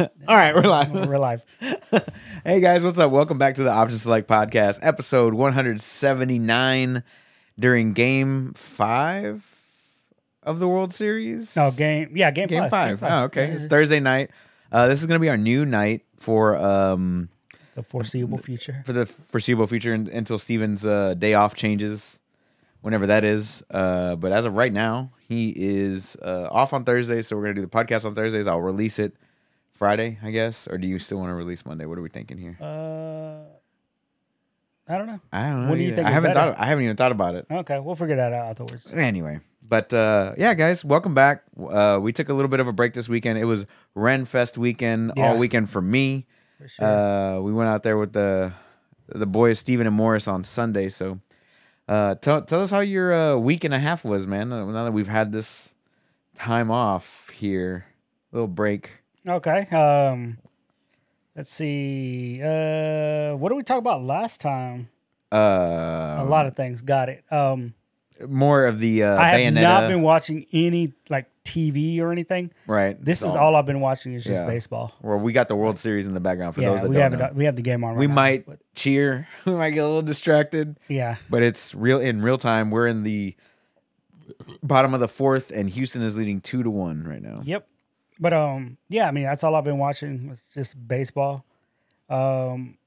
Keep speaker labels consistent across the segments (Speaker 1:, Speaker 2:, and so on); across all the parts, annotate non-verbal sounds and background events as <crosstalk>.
Speaker 1: All right, we're live.
Speaker 2: We're live.
Speaker 1: <laughs> hey guys, what's up? Welcome back to the Option Select Podcast, episode 179 during game five of the World Series.
Speaker 2: No game. Yeah, game,
Speaker 1: game five.
Speaker 2: five.
Speaker 1: Oh, okay.
Speaker 2: Yeah,
Speaker 1: It's Thursday night. Uh, this is going to be our new night for um
Speaker 2: the foreseeable future.
Speaker 1: for the foreseeable future un- until Steven's uh, day off changes, whenever that is. Uh, but as of right now, he is uh, off on Thursday, so we're gonna do the podcast on Thursdays. I'll release it Friday, I guess. Or do you still want to release Monday? What are we thinking here?
Speaker 2: Uh, I don't know.
Speaker 1: I don't know.
Speaker 2: what do you
Speaker 1: either.
Speaker 2: think
Speaker 1: I
Speaker 2: is
Speaker 1: haven't
Speaker 2: better?
Speaker 1: thought. I haven't even thought about it.
Speaker 2: Okay, we'll figure that out afterwards.
Speaker 1: Anyway, but uh, yeah, guys, welcome back. Uh, we took a little bit of a break this weekend. It was Ren Fest weekend
Speaker 2: Yeah.
Speaker 1: all weekend for me.
Speaker 2: For sure.
Speaker 1: Uh, we went out there with the the boys Steven and Morris on Sunday. So uh, tell tell us how your uh, week and a half was, man. uh, Now that we've had this time off here, little break.
Speaker 2: okay. Um, let's see. Uh, what did we talk about last time?
Speaker 1: Uh,
Speaker 2: A lot of things. Got it. Um,
Speaker 1: more of the uh,
Speaker 2: I have
Speaker 1: Bayonetta,
Speaker 2: not been watching any like TV or anything.
Speaker 1: right?
Speaker 2: This is all I've been watching is just
Speaker 1: Yeah.
Speaker 2: baseball.
Speaker 1: Well, we got the World Series in the background for
Speaker 2: yeah,
Speaker 1: those that
Speaker 2: we
Speaker 1: don't
Speaker 2: have
Speaker 1: know.
Speaker 2: it, we have the game on. Right
Speaker 1: we
Speaker 2: now,
Speaker 1: might
Speaker 2: but
Speaker 1: cheer. <laughs> we might get a little distracted.
Speaker 2: yeah.
Speaker 1: but it's real in real time. We're in the bottom of the fourth, and Houston is leading two to one right now.
Speaker 2: Yep. But um, yeah, I mean that's all I've been watching was just baseball. Um,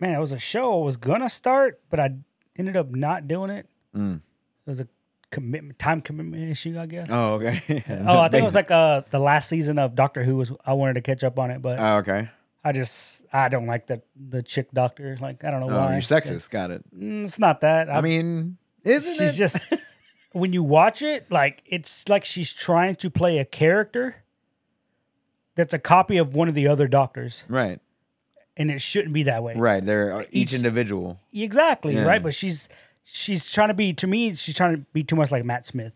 Speaker 2: man, it was a show I was gonna start, but I ended up not doing it.
Speaker 1: Mm.
Speaker 2: It was a commitment time commitment issue, I guess.
Speaker 1: <laughs> Oh, okay. <laughs>
Speaker 2: Oh, I think it was like uh the last season of Doctor Who was I wanted to catch up on it, but
Speaker 1: Oh, okay.
Speaker 2: I just I don't like the the chick doctor. Like I don't know
Speaker 1: Oh,
Speaker 2: why.
Speaker 1: you're sexist. Got it.
Speaker 2: Mm, It's not that.
Speaker 1: I
Speaker 2: I mean,
Speaker 1: mean, isn't
Speaker 2: she's
Speaker 1: it?
Speaker 2: just
Speaker 1: <laughs>
Speaker 2: when you watch it, like it's like she's trying to play a character that's a copy of one of the other doctors,
Speaker 1: right,
Speaker 2: and it shouldn't be that way.
Speaker 1: right. They're uh, each,
Speaker 2: Each-
Speaker 1: individual.
Speaker 2: Exactly.
Speaker 1: Yeah.
Speaker 2: Right. But she's she's trying to be to me. She's trying to be too much like Matt Smith,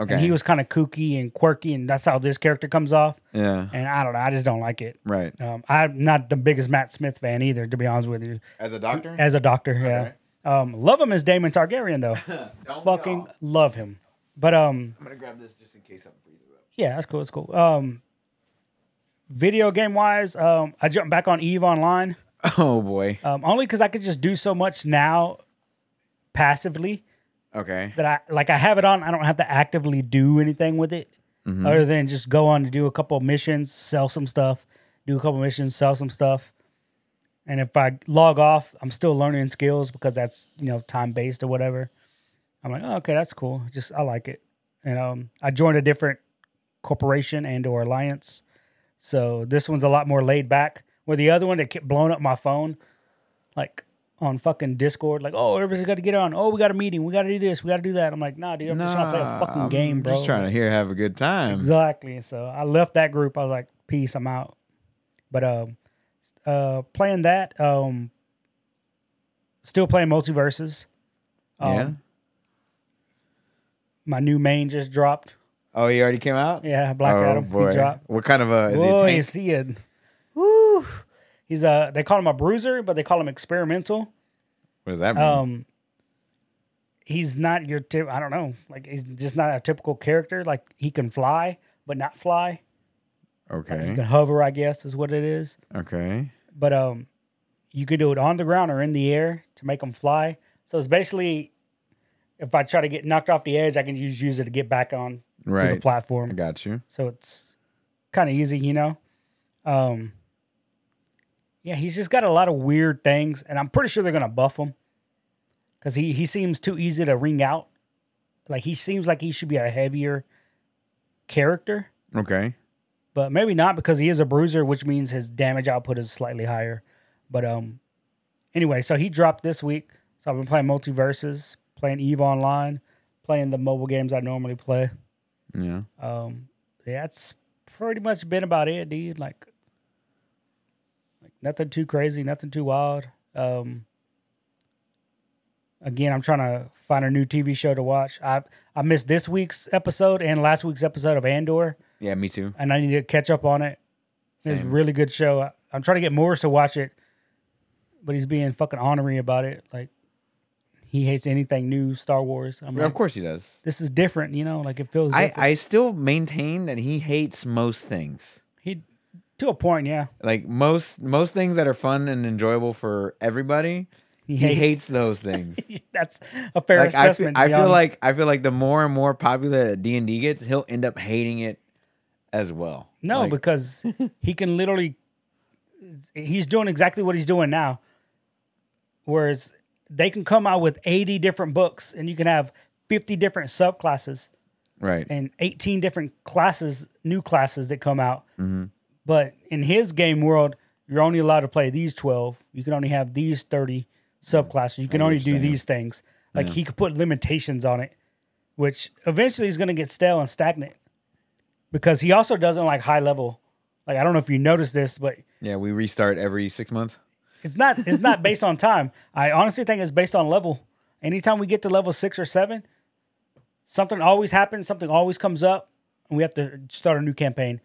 Speaker 1: Okay.
Speaker 2: and he was kind of kooky and quirky, and that's how this character comes off.
Speaker 1: yeah.
Speaker 2: And I don't know. I just don't like it.
Speaker 1: Right.
Speaker 2: Um, I'm not the biggest Matt Smith fan either, to be honest with you.
Speaker 1: As a doctor.
Speaker 2: As a doctor, yeah. Um, love him as Damon Targaryen though.
Speaker 1: <laughs>
Speaker 2: Fucking love him. But um,
Speaker 1: I'm gonna grab this just in case something freezes up.
Speaker 2: yeah, that's cool. That's cool. Um, video game wise, um, I jumped back on Eve Online
Speaker 1: <laughs> Oh boy.
Speaker 2: um, only because I could just do so much now passively
Speaker 1: Okay.
Speaker 2: that I like I have it on. I don't have to actively do anything with it other than just go on to do a couple of missions, sell some stuff, do a couple of missions, sell some stuff. And if I log off, I'm still learning skills because that's you know time based or whatever. I'm like, oh, okay, that's cool. Just I like it. And um, I joined a different corporation and or alliance, so this one's a lot more laid back. Where the other one that kept blowing up my phone, like on fucking Discord, like, oh, everybody's got to get on. Oh, we got a meeting. We got to do this. We got to do that. I'm like, nah, dude, I'm just trying to play a fucking
Speaker 1: I'm
Speaker 2: game, bro.
Speaker 1: Just trying to here have a good time.
Speaker 2: Exactly. So I left that group. I was like, peace, I'm out. But um uh playing that, um still playing multiverses. Um,
Speaker 1: Yeah.
Speaker 2: My new main just dropped.
Speaker 1: Oh, he already came out.
Speaker 2: Yeah, Black
Speaker 1: oh
Speaker 2: Adam.
Speaker 1: boy.
Speaker 2: He dropped.
Speaker 1: What kind of a is
Speaker 2: Boy,
Speaker 1: he? a
Speaker 2: is
Speaker 1: tank?
Speaker 2: he a woo. He's a they call him a bruiser, but they call him experimental.
Speaker 1: What does that mean?
Speaker 2: Um he's not your tip I don't know. Like he's just not a typical character. Like he can fly, but not fly. He
Speaker 1: okay.
Speaker 2: can hover, I guess, is what it is.
Speaker 1: Okay.
Speaker 2: but um, you can do it on the ground or in the air to make them fly. So it's basically, if I try to get knocked off the edge, I can just use it to get back on to the
Speaker 1: Right. I
Speaker 2: platform.
Speaker 1: got you.
Speaker 2: So it's kind of easy, you know. Um, yeah, he's just got a lot of weird things, and I'm pretty sure they're gonna buff him because he he seems too easy to ring out. Like he seems like he should be a heavier character
Speaker 1: Okay.
Speaker 2: but maybe not because he is a bruiser, which means his damage output is slightly higher. But um, anyway, so he dropped this week, so I've been playing multiverses, playing Eve Online, playing the mobile games I normally play.
Speaker 1: Yeah.
Speaker 2: Um, yeah, that's pretty much been about it, dude. Like, like nothing too crazy, nothing too wild. Um, again, I'm trying to find a new TV show to watch. I I missed this week's episode and last week's episode of Andor
Speaker 1: Yeah, me too.
Speaker 2: and I need to catch up on it. It's a
Speaker 1: Same.
Speaker 2: really good show. I- I'm trying to get Morris to watch it, but he's being fucking honorary about it. Like he hates anything new Star Wars.
Speaker 1: Of
Speaker 2: I'm like,
Speaker 1: course he does.
Speaker 2: this is different, you know. Like it feels.
Speaker 1: I,
Speaker 2: different.
Speaker 1: I still maintain that he hates most things.
Speaker 2: he To a point, yeah.
Speaker 1: Like most most things that are fun and enjoyable for everybody, he, hates.
Speaker 2: <laughs>
Speaker 1: those things.
Speaker 2: That's a fair
Speaker 1: like I feel,
Speaker 2: assessment.
Speaker 1: I
Speaker 2: to be
Speaker 1: feel
Speaker 2: honest.
Speaker 1: like I feel like the more and more popular D and D gets, he'll end up hating it as well.
Speaker 2: no,
Speaker 1: Like, <laughs>
Speaker 2: because he can literally. He's doing exactly what he's doing now. Whereas they can come out with eighty different books, and you can have fifty different subclasses
Speaker 1: right.
Speaker 2: and eighteen different classes, new classes that come out. But in his game world, you're only allowed to play these twelve. You can only have these thirty subclasses. You can only do these things. Like he could put limitations on it, which eventually is going to get stale and stagnant. Because he also doesn't like high level. Like I don't know if you noticed this, but
Speaker 1: Yeah, we restart every six months.
Speaker 2: it's not it's not based on time. I honestly think it's based on level. Anytime we get to level six or seven, something always happens, something always comes up, and we have to start a new campaign.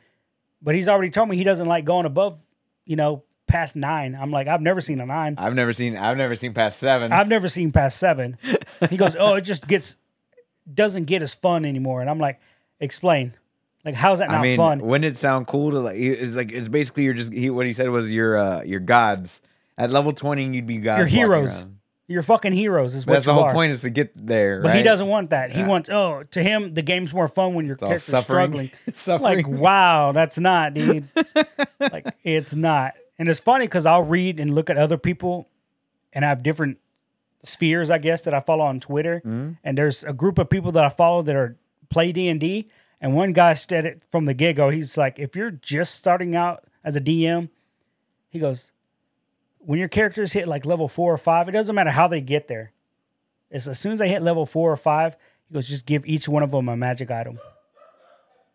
Speaker 2: But he's already told me he doesn't like going above, you know, past nine. I'm like, I've never seen a nine.
Speaker 1: I've never seen I've never seen past seven.
Speaker 2: I've never seen past seven. He goes, Oh, it just gets doesn't get as fun anymore. And I'm like, explain. Like, how's that not
Speaker 1: I mean,
Speaker 2: fun?
Speaker 1: wouldn't it sound cool to like? It's like it's basically you're just he, what he said was your uh your gods at level twenty you'd be gods.
Speaker 2: You're
Speaker 1: walking
Speaker 2: heroes.
Speaker 1: around.
Speaker 2: You're fucking heroes is what
Speaker 1: That's the
Speaker 2: you
Speaker 1: whole
Speaker 2: are.
Speaker 1: point is to get there.
Speaker 2: But he
Speaker 1: right?
Speaker 2: doesn't want that. He wants oh, to him the game's more fun when your
Speaker 1: all
Speaker 2: character's
Speaker 1: suffering.
Speaker 2: struggling.
Speaker 1: <laughs> Suffering.
Speaker 2: Like wow, that's not, dude. <laughs> like it's not. And it's funny because I'll read and look at other people, and I have different spheres, I guess, that I follow on Twitter. And there's a group of people that I follow that are play D and D. And one guy said it from the get go. He's like, if you're just starting out as a DM, he goes, when your characters hit like level four or five, it doesn't matter how they get there. It's as soon as they hit level four or five, he goes, just give each one of them a magic item.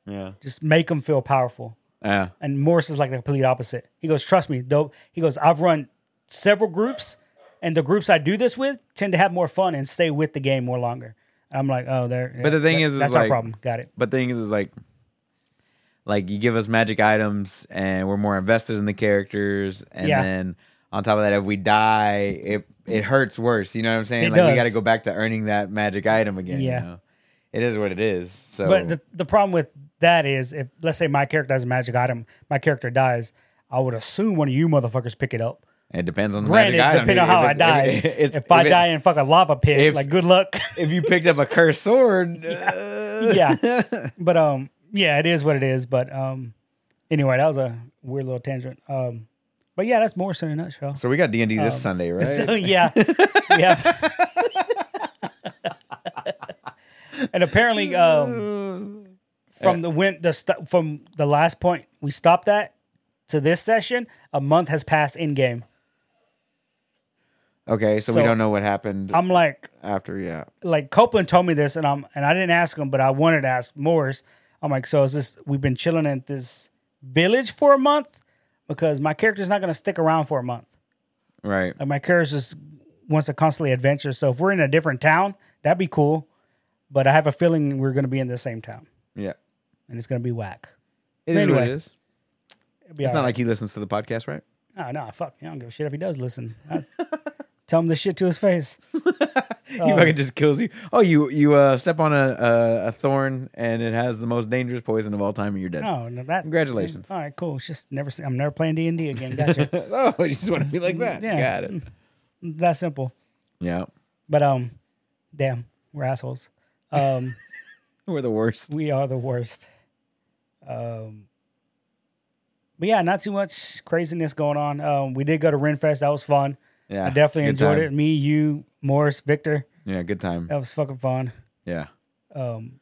Speaker 1: Yeah.
Speaker 2: Just make them feel powerful.
Speaker 1: Yeah.
Speaker 2: And Morris is like the complete opposite. He goes, trust me, though. He goes, I've run several groups, and the groups I do this with tend to have more fun and stay with the game more longer. And I'm like, oh, there.
Speaker 1: But the thing is, is
Speaker 2: that's our
Speaker 1: like-
Speaker 2: problem. Got it.
Speaker 1: But the thing is, is like, like you give us magic items, and we're more invested in the characters, and
Speaker 2: Yeah.
Speaker 1: then on top of that, if we die, it it hurts worse. You know what I'm saying?
Speaker 2: It
Speaker 1: like we
Speaker 2: does.
Speaker 1: got to go back to earning that magic item again.
Speaker 2: Yeah.
Speaker 1: You know? It is what it is. So,
Speaker 2: But the, the problem with that is, if let's say my character has a magic item, my character dies, I would assume one of you motherfuckers pick it up.
Speaker 1: it depends on the
Speaker 2: Granted,
Speaker 1: magic item.
Speaker 2: depending on
Speaker 1: If
Speaker 2: how I
Speaker 1: it's-
Speaker 2: die.
Speaker 1: If, it's-
Speaker 2: if I
Speaker 1: it-
Speaker 2: die in fucking lava pit,
Speaker 1: if-
Speaker 2: like good luck. <laughs>
Speaker 1: if you picked up a cursed sword, uh,
Speaker 2: yeah. But um, yeah, it is what it is. But um, anyway, that was a weird little tangent. Um, but yeah, that's Morrison in a nutshell.
Speaker 1: <laughs> So we got D and D
Speaker 2: Um,
Speaker 1: this
Speaker 2: <laughs>
Speaker 1: Sunday, right?
Speaker 2: So yeah, yeah. <laughs> and apparently, um, from the went the st- from the last point we stopped at to this session, a month has passed in game.
Speaker 1: okay, so, we
Speaker 2: So-
Speaker 1: don't know what happened
Speaker 2: I'm like,
Speaker 1: after. Yeah,
Speaker 2: like Copeland told me this, and I'm and I didn't ask him, but I wanted to ask Morris. I'm like, so is this? We've been chilling at this village for a month because my character's not going to stick around for a month.
Speaker 1: right.
Speaker 2: Like my character just wants to constantly adventure. So if we're in a different town, that'd be cool. But I have a feeling we're going to be in the same town,
Speaker 1: Yeah,
Speaker 2: and it's going to be whack.
Speaker 1: it is what it
Speaker 2: Anyway,
Speaker 1: is. It's
Speaker 2: It'd be
Speaker 1: not like he listens to the podcast, right?
Speaker 2: like no, no, fuck. I don't give a shit if he does listen. I- <laughs> tell him this shit to his face.
Speaker 1: He
Speaker 2: Um,
Speaker 1: fucking just kills you. Oh, you you uh, step on a, a a thorn and it has the most dangerous poison of all time, and you're dead.
Speaker 2: No, Oh, no, that.
Speaker 1: Congratulations.
Speaker 2: All right, cool. It's just never. see- I'm never playing D and D again.
Speaker 1: <laughs>
Speaker 2: Gotcha.
Speaker 1: oh, you just want to be
Speaker 2: <laughs>
Speaker 1: like that.
Speaker 2: Yeah.
Speaker 1: Got it.
Speaker 2: that simple.
Speaker 1: Yeah,
Speaker 2: But um, damn, we're assholes. Um, <laughs>
Speaker 1: we're the worst.
Speaker 2: we are the worst. Um, but yeah, not too much craziness going on. Um, we did go to Renfest. That was fun.
Speaker 1: Yeah,
Speaker 2: I definitely
Speaker 1: good
Speaker 2: enjoyed
Speaker 1: time.
Speaker 2: it. Me, you, Morris, Victor.
Speaker 1: Yeah, good time.
Speaker 2: That was fucking fun.
Speaker 1: Yeah,
Speaker 2: Um,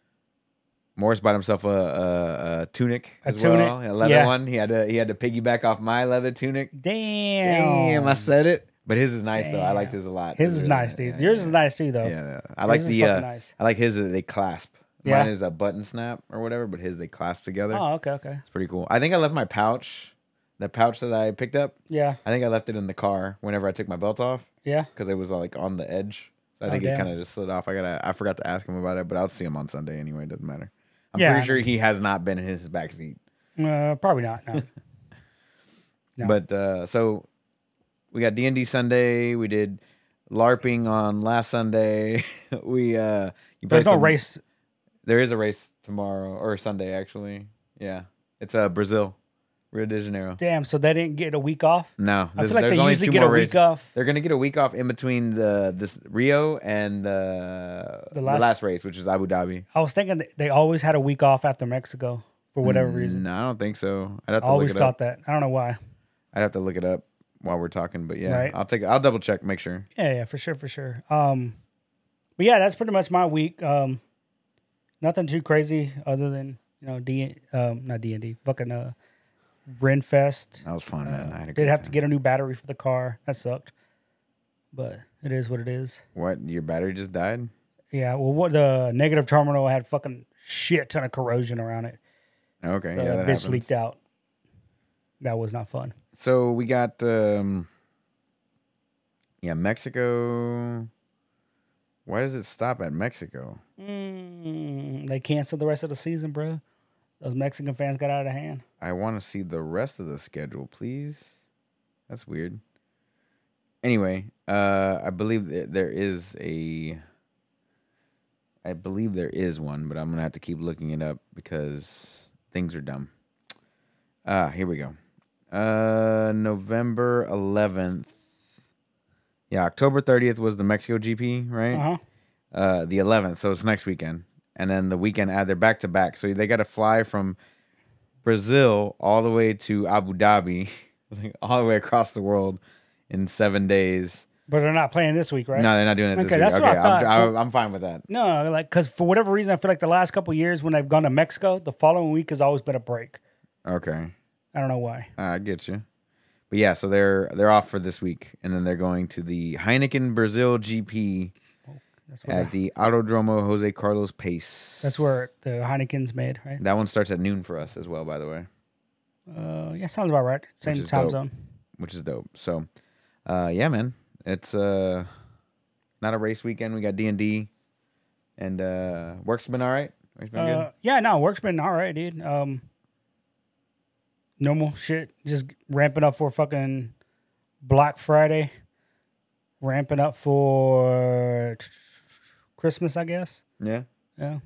Speaker 1: Morris bought himself a, a, a tunic
Speaker 2: A
Speaker 1: as
Speaker 2: tunic,
Speaker 1: well, a leather
Speaker 2: yeah.
Speaker 1: one. He had to he had to piggyback off my leather tunic.
Speaker 2: damn.
Speaker 1: Damn, I said it. But his is nice though. I
Speaker 2: Damn.
Speaker 1: liked his a lot.
Speaker 2: His is
Speaker 1: Really
Speaker 2: nice, dude.
Speaker 1: Yeah,
Speaker 2: Yours
Speaker 1: yeah.
Speaker 2: is nice too, though.
Speaker 1: Yeah, yeah. I like
Speaker 2: is
Speaker 1: the.
Speaker 2: fucking
Speaker 1: Uh,
Speaker 2: nice.
Speaker 1: I like his. that They clasp.
Speaker 2: Yeah.
Speaker 1: Mine is a button snap or whatever, but his they clasp together.
Speaker 2: Oh, okay, okay.
Speaker 1: It's pretty cool. I think I left my pouch, the pouch that I picked up.
Speaker 2: Yeah,
Speaker 1: I think I left it in the car whenever I took my belt off
Speaker 2: yeah.
Speaker 1: because it was like on the edge. So I
Speaker 2: Oh,
Speaker 1: think it
Speaker 2: damn.
Speaker 1: kind of just slid off. I gotta. I forgot to ask him about it, but I'll see him on Sunday anyway. It doesn't matter. I'm
Speaker 2: Yeah.
Speaker 1: pretty sure he has not been in his back seat.
Speaker 2: Uh, probably not.
Speaker 1: <laughs>
Speaker 2: No. Yeah.
Speaker 1: But uh, so we got D and D Sunday. We did LARPing on last Sunday. <laughs> we uh, you
Speaker 2: There's
Speaker 1: played
Speaker 2: no
Speaker 1: some-
Speaker 2: race.
Speaker 1: There is a race tomorrow or Sunday actually. Yeah, it's uh Brazil. Rio de Janeiro.
Speaker 2: Damn, so they didn't get a week off?
Speaker 1: No,
Speaker 2: I
Speaker 1: this-
Speaker 2: feel like
Speaker 1: there's
Speaker 2: they
Speaker 1: only
Speaker 2: usually
Speaker 1: two
Speaker 2: get a
Speaker 1: more
Speaker 2: week
Speaker 1: races.
Speaker 2: off.
Speaker 1: They're gonna get a week off in between the this Rio and the the last,
Speaker 2: last-
Speaker 1: race, which is Abu Dhabi.
Speaker 2: I was thinking that they always had a week off after Mexico for whatever reason.
Speaker 1: No, Mm, I don't think so. I'd have
Speaker 2: I
Speaker 1: to
Speaker 2: always
Speaker 1: look it up.
Speaker 2: thought that. I don't know why.
Speaker 1: I'd have to look it up while we're talking, but yeah,
Speaker 2: Right.
Speaker 1: I'll take. I'll double check, make sure.
Speaker 2: Yeah, yeah, for sure, for sure. Um, but yeah, that's pretty much my week. Um, nothing too crazy other than you know D, um, not D and D, fucking uh, Renfest.
Speaker 1: That was fun, man. Oh, I had a
Speaker 2: Did
Speaker 1: great
Speaker 2: have to
Speaker 1: time.
Speaker 2: get a new battery for the car. That sucked, but it is what it is.
Speaker 1: What? Your battery just died?
Speaker 2: Yeah. Well, what the negative terminal had fucking shit ton of corrosion around it.
Speaker 1: Okay,
Speaker 2: So
Speaker 1: yeah,
Speaker 2: that
Speaker 1: that
Speaker 2: bitch
Speaker 1: happens.
Speaker 2: leaked out. That was not fun.
Speaker 1: So we got um yeah, Mexico. Why does it stop at Mexico?
Speaker 2: Mm, they canceled the rest of the season, bro. Those Mexican fans got out of hand.
Speaker 1: I want to see the rest of the schedule, please. That's weird. Anyway, uh I believe that there is a I believe there is one, but I'm going to have to keep looking it up because things are dumb. Ah, here we go. Uh November 11th. Yeah, October 30th was the Mexico GP, right?
Speaker 2: Uh huh.
Speaker 1: uh, the 11th, so it's next weekend, and then the weekend uh, they're back to back, so they got to fly from Brazil all the way to Abu Dhabi, <laughs> like, all the way across the world in seven days.
Speaker 2: But they're not playing this week, right?
Speaker 1: No, they're not doing it this
Speaker 2: Okay,
Speaker 1: week.
Speaker 2: that's
Speaker 1: okay,
Speaker 2: what I
Speaker 1: I'm,
Speaker 2: thought.
Speaker 1: I'm- I'm fine with that.
Speaker 2: No, like because for whatever reason, I feel like the last couple years when I've gone to Mexico, the following week has always been a break.
Speaker 1: Okay,
Speaker 2: I don't know why.
Speaker 1: I get you. But yeah, so they're they're off for this week, and then they're going to the Heineken Brazil GP
Speaker 2: That's where
Speaker 1: at the Autodromo Jose Carlos Pace.
Speaker 2: that's where the Heineken's made, right?
Speaker 1: that one starts at noon for us as well. By the way.
Speaker 2: Uh, yeah, sounds about right. Same
Speaker 1: is
Speaker 2: time
Speaker 1: dope.
Speaker 2: zone.
Speaker 1: which is dope. So, uh, yeah, man, it's uh, not a race weekend. We got D and D, uh, and work's been all right. Work's been
Speaker 2: Uh, yeah, no, work's been all right, dude. Um, normal shit. Just ramping up for fucking Black Friday. Ramping up for Christmas, I guess.
Speaker 1: good. Yeah,
Speaker 2: Yeah.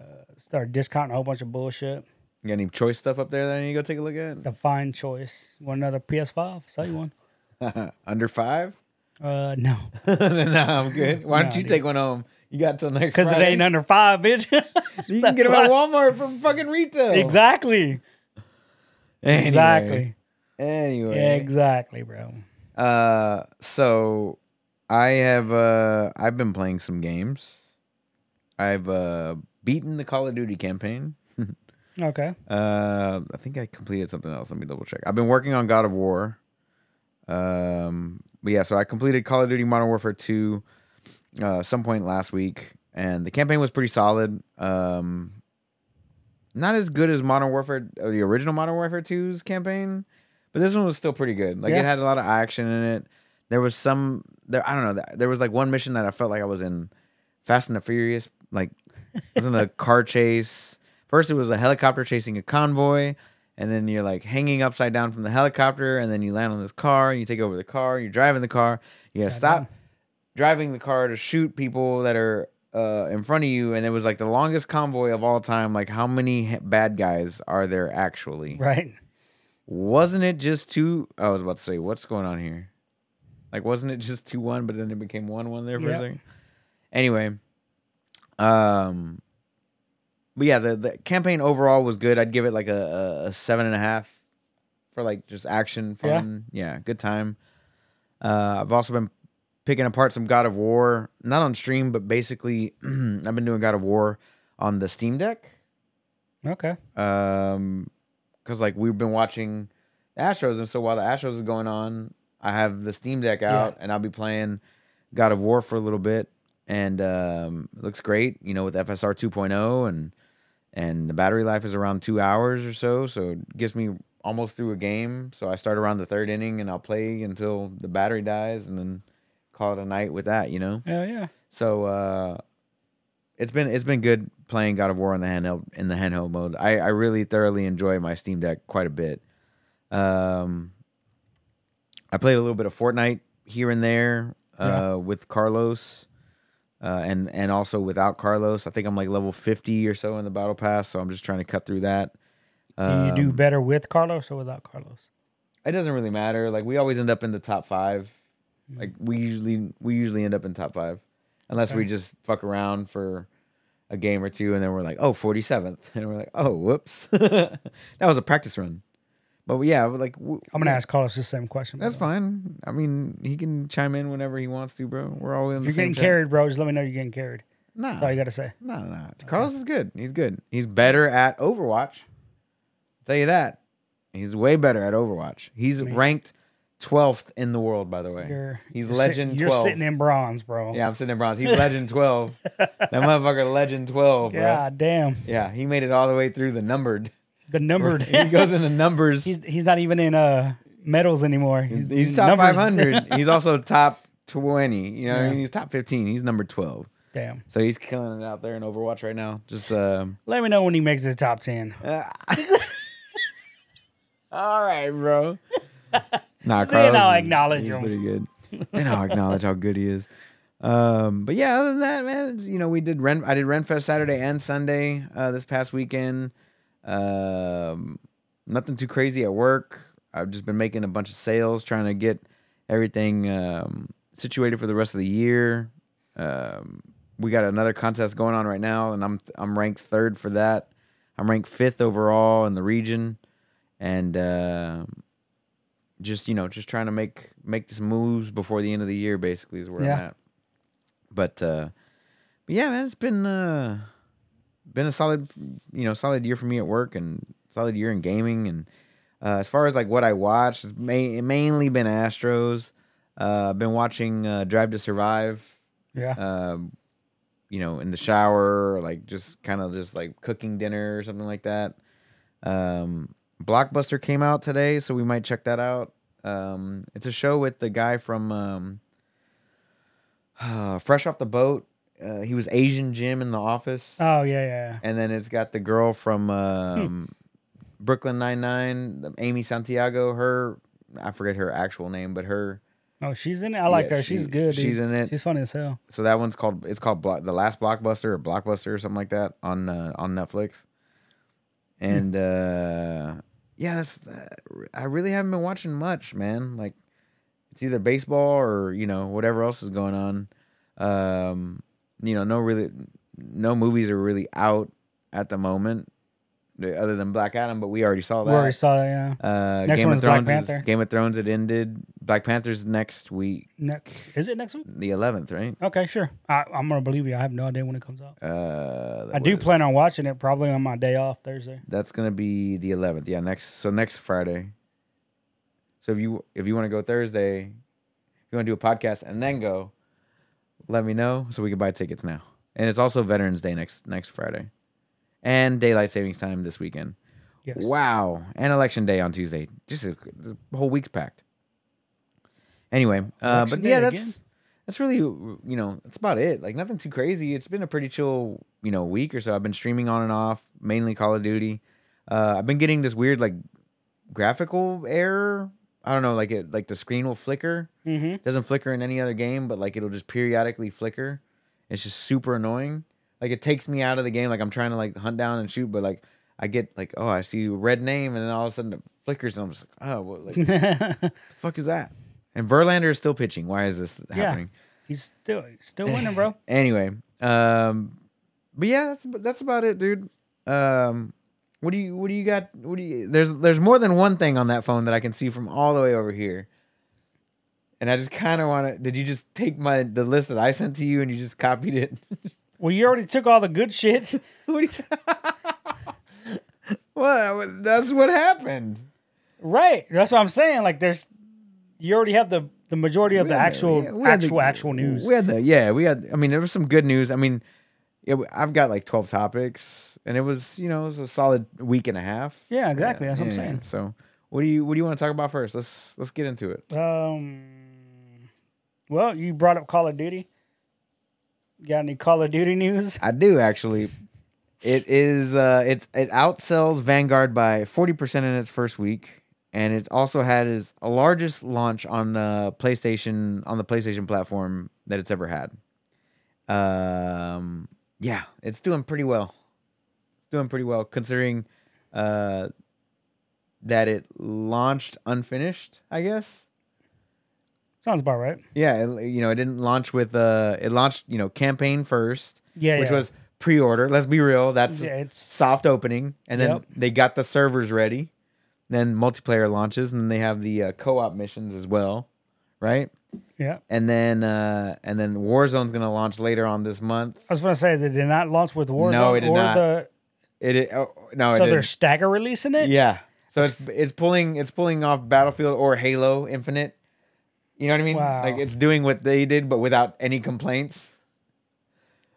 Speaker 2: Uh, start discounting a whole bunch of bullshit.
Speaker 1: you got any choice stuff up there that I need to go take a look
Speaker 2: the fine choice. Want another PS5? Sell you one.
Speaker 1: at? <laughs> Under five?
Speaker 2: Uh, no,
Speaker 1: no, I'm good. Why don't
Speaker 2: Nah,
Speaker 1: you
Speaker 2: dude.
Speaker 1: take one home? You got till next.
Speaker 2: because it
Speaker 1: Friday. Oh.
Speaker 2: ain't under five, bitch. <laughs>
Speaker 1: You can get them at Walmart from fucking retail.
Speaker 2: exactly,
Speaker 1: Anyway.
Speaker 2: exactly,
Speaker 1: Anyway.
Speaker 2: exactly, bro.
Speaker 1: Uh, so I have uh I've been playing some games. I've uh beaten the Call of Duty campaign.
Speaker 2: Okay,
Speaker 1: Uh, I think I completed something else. Let me double check. I've been working on God of War. Um, but yeah, so I completed Call of Duty Modern Warfare 2 uh some point last week and the campaign was pretty solid. Um not as good as Modern Warfare or the original Modern Warfare 2's campaign, but this one was still pretty good. Like
Speaker 2: Yeah.
Speaker 1: it had a lot of action in it. There was some there I don't know, there was like one mission that I felt like I was in Fast and the Furious, like was in a car chase. First, it was a helicopter chasing a convoy, and then you're like hanging upside down from the helicopter, and then you land on this car, and you take over the car, you're driving the car. You gotta stop driving the car to shoot people that are uh, in front of you, and it was like the longest convoy of all time. Like, how many he- bad guys are there actually?
Speaker 2: right.
Speaker 1: Wasn't it just two? I was about to say, what's going on here? Like, wasn't it just two one, but then it became one one there for a
Speaker 2: Yep.
Speaker 1: second? Anyway, um, but yeah, the, the campaign overall was good. I'd give it like a, a, a seven and a half for like just action,
Speaker 2: Yeah.
Speaker 1: fun, yeah, good time. Uh, I've also been picking apart some God of War, not on stream, but basically, <clears throat> I've been doing God of War on the Steam Deck
Speaker 2: Okay,
Speaker 1: um because like we've been watching the astros and so while the astros is going on i have the steam deck out and i'll be playing god of war for a little bit and um it looks great you know with fsr 2.0 oh, and and the battery life is around two hours or so so it gets me almost through a game so i start around the third inning and i'll play until the battery dies and then call it a night with that you know
Speaker 2: yeah, yeah.
Speaker 1: so uh, it's been it's been good playing God of War on the handheld in the handheld mode. I, I really thoroughly enjoy my Steam Deck quite a bit. Um, I played a little bit of Fortnite here and there uh,
Speaker 2: Yeah.
Speaker 1: with Carlos, uh, and and also without Carlos. I think I'm like level fifty or so in the battle pass, so I'm just trying to cut through that.
Speaker 2: Do you
Speaker 1: Um,
Speaker 2: do better with Carlos or without Carlos?
Speaker 1: it doesn't really matter. Like we always end up in the top five.
Speaker 2: Hmm.
Speaker 1: Like we usually we usually end up in top five, unless we just fuck around for a game or two, and then we're like, oh, 47th, <laughs> and we're like, oh, whoops, <laughs> that was a practice run. But yeah, like w-
Speaker 2: I'm gonna ask Carlos the same question. by
Speaker 1: That's
Speaker 2: the way.
Speaker 1: fine. I mean, he can chime in whenever he wants to, bro. We're all in the
Speaker 2: If you're
Speaker 1: same
Speaker 2: getting
Speaker 1: chat.
Speaker 2: carried, bro, just let me know you're getting carried.
Speaker 1: Nah,
Speaker 2: That's all you gotta say.
Speaker 1: No, no, no. Carlos is good. He's good. He's better at Overwatch. tell you that. He's way better at Overwatch. He's ranked 12th in the world, by the way.
Speaker 2: You're
Speaker 1: He's
Speaker 2: you're
Speaker 1: legend
Speaker 2: Sitting,
Speaker 1: 12.
Speaker 2: You're sitting in bronze, bro.
Speaker 1: yeah, I'm sitting in bronze.
Speaker 2: <laughs>
Speaker 1: He's legend 12. that motherfucker legend 12, bro.
Speaker 2: God damn.
Speaker 1: Yeah, he made it all the way through the numbered. <laughs>
Speaker 2: The <laughs> numbered.
Speaker 1: He goes into numbers.
Speaker 2: he's he's not even in uh medals anymore.
Speaker 1: He's,
Speaker 2: He's, in
Speaker 1: top
Speaker 2: numbers.
Speaker 1: 500. he's also top 20. You know, what I mean? he's top 15. He's number 12.
Speaker 2: <laughs> damn.
Speaker 1: So he's killing it out there in Overwatch right now. Just um
Speaker 2: Let me know when he makes the top ten. <laughs>
Speaker 1: All right, bro. <laughs> nah, Carlos.
Speaker 2: Then I'll
Speaker 1: is-
Speaker 2: acknowledge
Speaker 1: he's
Speaker 2: him.
Speaker 1: Pretty good. Then I'll acknowledge how good he is. Um, but yeah, other than that, man, it's- you know, we did Ren. I did Renfest Saturday and Sunday uh, this past weekend. Um, nothing too crazy at work. I've just been making a bunch of sales, trying to get everything um, situated for the rest of the year. Um, we got another contest going on right now, and I'm I'm ranked third for that. I'm ranked fifth overall in the region, and uh, just you know, just trying to make make some moves before the end of the year. Basically, is where I'm
Speaker 2: Yeah.
Speaker 1: at. But uh, but yeah, man, it's been uh, been a solid you know solid year for me at work and solid year in gaming and uh, as far as like what I watched, it's ma- mainly been Astros. Uh, I've been watching uh, Drive to Survive
Speaker 2: Yeah.
Speaker 1: um, you know, in the shower, or, like just kind of just like cooking dinner or something like that. Um, Blockbuster came out today, so we might check that out. Um, it's a show with the guy from um, <sighs> Fresh Off the Boat. Uh, he was Asian Jim in The Office,
Speaker 2: oh yeah, yeah.
Speaker 1: and then it's got the girl from um, Brooklyn Nine Nine, Amy Santiago. Her, I forget her actual name, but her.
Speaker 2: yeah. Oh, she's in it. I liked
Speaker 1: Yeah,
Speaker 2: her. She's
Speaker 1: she-
Speaker 2: good. dude.
Speaker 1: she's in it.
Speaker 2: She's funny as hell.
Speaker 1: so that one's called it's called Block, the last blockbuster or blockbuster or something like that on uh, on Netflix.
Speaker 2: Hmm.
Speaker 1: And uh, yeah, that's uh, I really haven't been watching much, man. Like it's either baseball or you know whatever else is going on. Um, you know, no really, no movies are really out at the moment, other than Black Adam. But we already saw that.
Speaker 2: We already saw that. Yeah.
Speaker 1: Uh,
Speaker 2: Next
Speaker 1: Game
Speaker 2: one
Speaker 1: of
Speaker 2: is Black
Speaker 1: Thrones. is-
Speaker 2: Panther.
Speaker 1: Game of Thrones. It ended. Black Panther's next week,
Speaker 2: Next is it next week?
Speaker 1: the eleventh, right?
Speaker 2: Okay, sure. I, I'm gonna believe you. I have no idea when it comes out.
Speaker 1: Uh,
Speaker 2: I do
Speaker 1: what-
Speaker 2: plan on watching it probably on my day off Thursday.
Speaker 1: That's gonna be the eleventh. Yeah, next so next Friday. So if you if you want to go Thursday, if you want to do a podcast and then go, let me know so we can buy tickets now. And it's also Veterans Day next next Friday, and daylight savings time this weekend.
Speaker 2: Yes.
Speaker 1: Wow, and Election Day on Tuesday. Just a, the whole week's packed. Anyway, uh,
Speaker 2: Election
Speaker 1: but yeah,
Speaker 2: Day
Speaker 1: that's
Speaker 2: again?
Speaker 1: that's really you know that's about it. Like nothing too crazy. It's been a pretty chill you know week or so. I've been streaming on and off, mainly Call of Duty. Uh, I've been getting this weird like graphical error. I don't know, like it like the screen will flicker.
Speaker 2: Mm-hmm. <laughs>
Speaker 1: doesn't flicker in any other game, but like it'll just periodically flicker. It's just super annoying. Like it takes me out of the game. Like I'm trying to like hunt down and shoot, but like I get like oh I see a red name and then all of a sudden it flickers and I'm just like oh what like, the <laughs> fuck is that? And Verlander is still pitching. Why is this
Speaker 2: yeah.
Speaker 1: happening?
Speaker 2: He's still still winning, bro.
Speaker 1: Anyway, um, but yeah, that's that's about it, dude. Um, what do you what do you got? What do you? There's there's more than one thing on that phone that I can see from all the way over here. And I just kind of want to. Did you just take my the list that I sent to you and you just copied it? <laughs>
Speaker 2: Well, you already took all the good shit.
Speaker 1: what? do you- well, that's what happened.
Speaker 2: <laughs> Right. That's what I'm saying. Like there's you already have the the majority of the
Speaker 1: We had
Speaker 2: actual
Speaker 1: yeah, we had the-
Speaker 2: actual actual news.
Speaker 1: We had the yeah, we had. I mean, there was some good news. I mean, it, I've got like twelve topics, and it was you know it was a solid week and a half.
Speaker 2: yeah, exactly. That's what I'm
Speaker 1: Yeah,
Speaker 2: saying.
Speaker 1: So what do you what do you want to talk about first? Let's let's get into it.
Speaker 2: Um well, you brought up Call of Duty. Got any Call of Duty news? <laughs>
Speaker 1: I do actually. It is uh it's it outsells Vanguard by 40% in its first week and it also had its largest launch on the PlayStation on the PlayStation platform that it's ever had. Um yeah, it's doing pretty well. It's doing pretty well considering uh that it launched unfinished, I guess.
Speaker 2: Sounds about right.
Speaker 1: Yeah, it, you know, it didn't launch with uh it launched, you know, campaign first,
Speaker 2: Yeah,
Speaker 1: which
Speaker 2: yeah.
Speaker 1: was pre-order. Let's be real, that's
Speaker 2: Yeah, it's
Speaker 1: soft opening and then
Speaker 2: Yep.
Speaker 1: they got the servers ready. Then multiplayer launches and then they have the uh, co-op missions as well, right?
Speaker 2: yeah.
Speaker 1: And then uh and then Warzone's going to launch later on this month.
Speaker 2: I was gonna say they did not launch with Warzone
Speaker 1: No, it did
Speaker 2: or
Speaker 1: not.
Speaker 2: the
Speaker 1: It, it oh, no,
Speaker 2: so
Speaker 1: it
Speaker 2: they're
Speaker 1: is.
Speaker 2: stagger releasing <laughs> it.
Speaker 1: Yeah. So it's it's pulling it's pulling off Battlefield or Halo Infinite. You know what I mean?
Speaker 2: Wow.
Speaker 1: Like it's doing what they did, but without any complaints.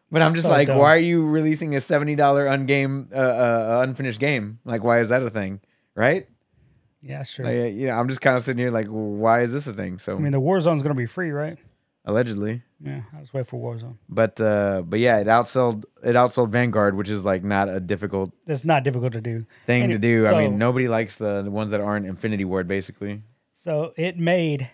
Speaker 1: But I'm just
Speaker 2: So
Speaker 1: like,
Speaker 2: dumb.
Speaker 1: why are you releasing a seventy dollar ungame uh, uh, unfinished game? Like, why is that a thing? Right?
Speaker 2: yeah, sure.
Speaker 1: Like, uh, you know, I'm just kind of sitting here like, why is this a thing? So
Speaker 2: I mean, the Warzone's gonna be free, right?
Speaker 1: allegedly,
Speaker 2: Yeah, I was wait for Warzone.
Speaker 1: but uh, but yeah, it outsold it outsold Vanguard, which is like not a difficult
Speaker 2: That's not difficult to do.
Speaker 1: thing
Speaker 2: Any-
Speaker 1: to do.
Speaker 2: so-
Speaker 1: I mean, nobody likes the, the ones that aren't Infinity Ward, basically.
Speaker 2: So it made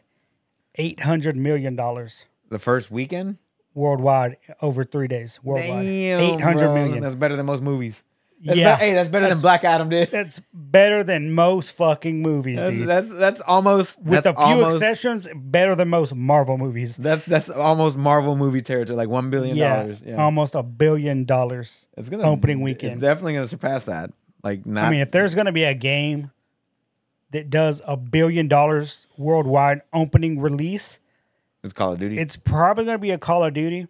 Speaker 2: eight hundred million dollars
Speaker 1: The first weekend.
Speaker 2: worldwide over three days. Worldwide, eight hundred
Speaker 1: bro.
Speaker 2: million.
Speaker 1: That's better than most movies. That's
Speaker 2: yeah,
Speaker 1: be- hey, that's better
Speaker 2: That's-
Speaker 1: than Black Adam did.
Speaker 2: that's better than most fucking movies,
Speaker 1: <laughs> That's
Speaker 2: dude.
Speaker 1: that's, that's almost
Speaker 2: With
Speaker 1: that's
Speaker 2: a few
Speaker 1: almost,
Speaker 2: exceptions, better than most Marvel movies.
Speaker 1: That's that's almost Marvel movie territory, like one billion
Speaker 2: Yeah,
Speaker 1: dollars. Yeah,
Speaker 2: almost a billion dollars.
Speaker 1: it's gonna
Speaker 2: opening
Speaker 1: it's
Speaker 2: weekend.
Speaker 1: definitely gonna surpass that. Like, not.
Speaker 2: I mean, if there's going to be a game that does a billion dollars worldwide opening release,
Speaker 1: it's Call of Duty.
Speaker 2: it's probably going to be a Call of Duty,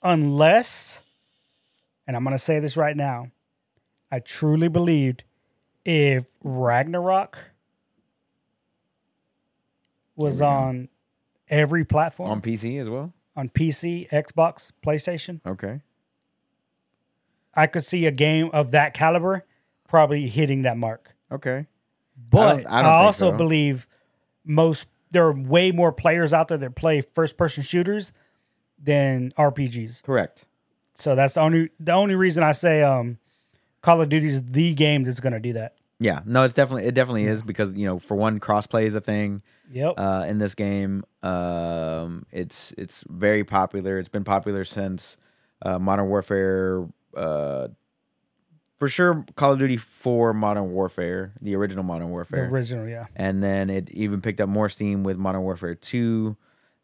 Speaker 2: unless, and I'm going to say this right now, I truly believed if Ragnarok was on every platform
Speaker 1: on
Speaker 2: on,
Speaker 1: PC as well.
Speaker 2: PC, Xbox, PlayStation,
Speaker 1: Okay,
Speaker 2: I could see a game of that caliber probably hitting that mark.
Speaker 1: okay.
Speaker 2: But I,
Speaker 1: I don't think
Speaker 2: also
Speaker 1: so.
Speaker 2: believe most there are way more players out there that play first person shooters than RPGs.
Speaker 1: Correct.
Speaker 2: So that's the only the only reason I say um Call of Duty is the game that's gonna do that.
Speaker 1: Yeah. No, it's definitely it definitely is because you know for one crossplay is a thing.
Speaker 2: Yep.
Speaker 1: uh, in this game. Um, it's it's very popular. It's been popular since uh, Modern Warfare, uh, for sure. Call of Duty Four, Modern Warfare, the original Modern
Speaker 2: the
Speaker 1: Warfare,
Speaker 2: original, yeah.
Speaker 1: and then it even picked up more steam with Modern Warfare Two.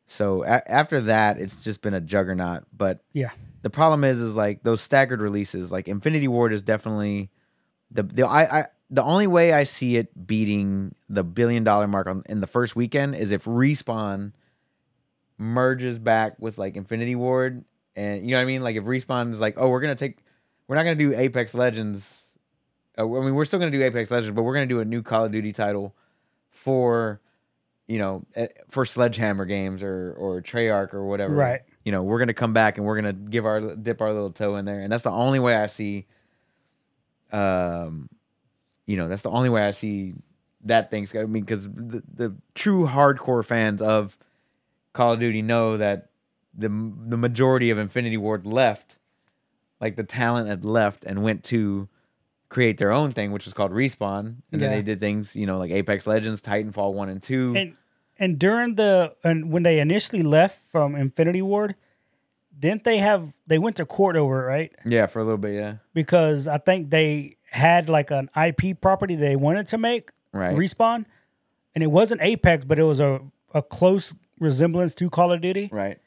Speaker 1: So a- after that, it's just been a juggernaut. But
Speaker 2: Yeah.
Speaker 1: the problem is is like those staggered releases like infinity ward is definitely the the i, I the only way i see it beating the billion dollar mark on in the first weekend is if respawn merges back with like infinity ward and you know what i mean like if respawn is like oh we're gonna take we're not gonna do apex legends uh, i mean we're still gonna do apex legends but we're gonna do a new call of duty title for you know eh, for sledgehammer games or or treyarch or whatever
Speaker 2: Right.
Speaker 1: you know we're gonna come back and we're gonna give our dip our little toe in there and that's the only way i see um you know that's the only way i see that thing's i mean because the, the true hardcore fans of call of duty know that the the majority of infinity ward left like the talent had left and went to create their own thing which was called respawn and then
Speaker 2: Yeah.
Speaker 1: they did things you know like apex legends titanfall 1 and 2
Speaker 2: And and during the and when they initially left from Infinity Ward, didn't they have they went to court over it, right?
Speaker 1: yeah for a little bit yeah
Speaker 2: Because I think they had like an IP property they wanted to make
Speaker 1: right
Speaker 2: respawn and it wasn't apex but it was a, a close resemblance to call of duty
Speaker 1: right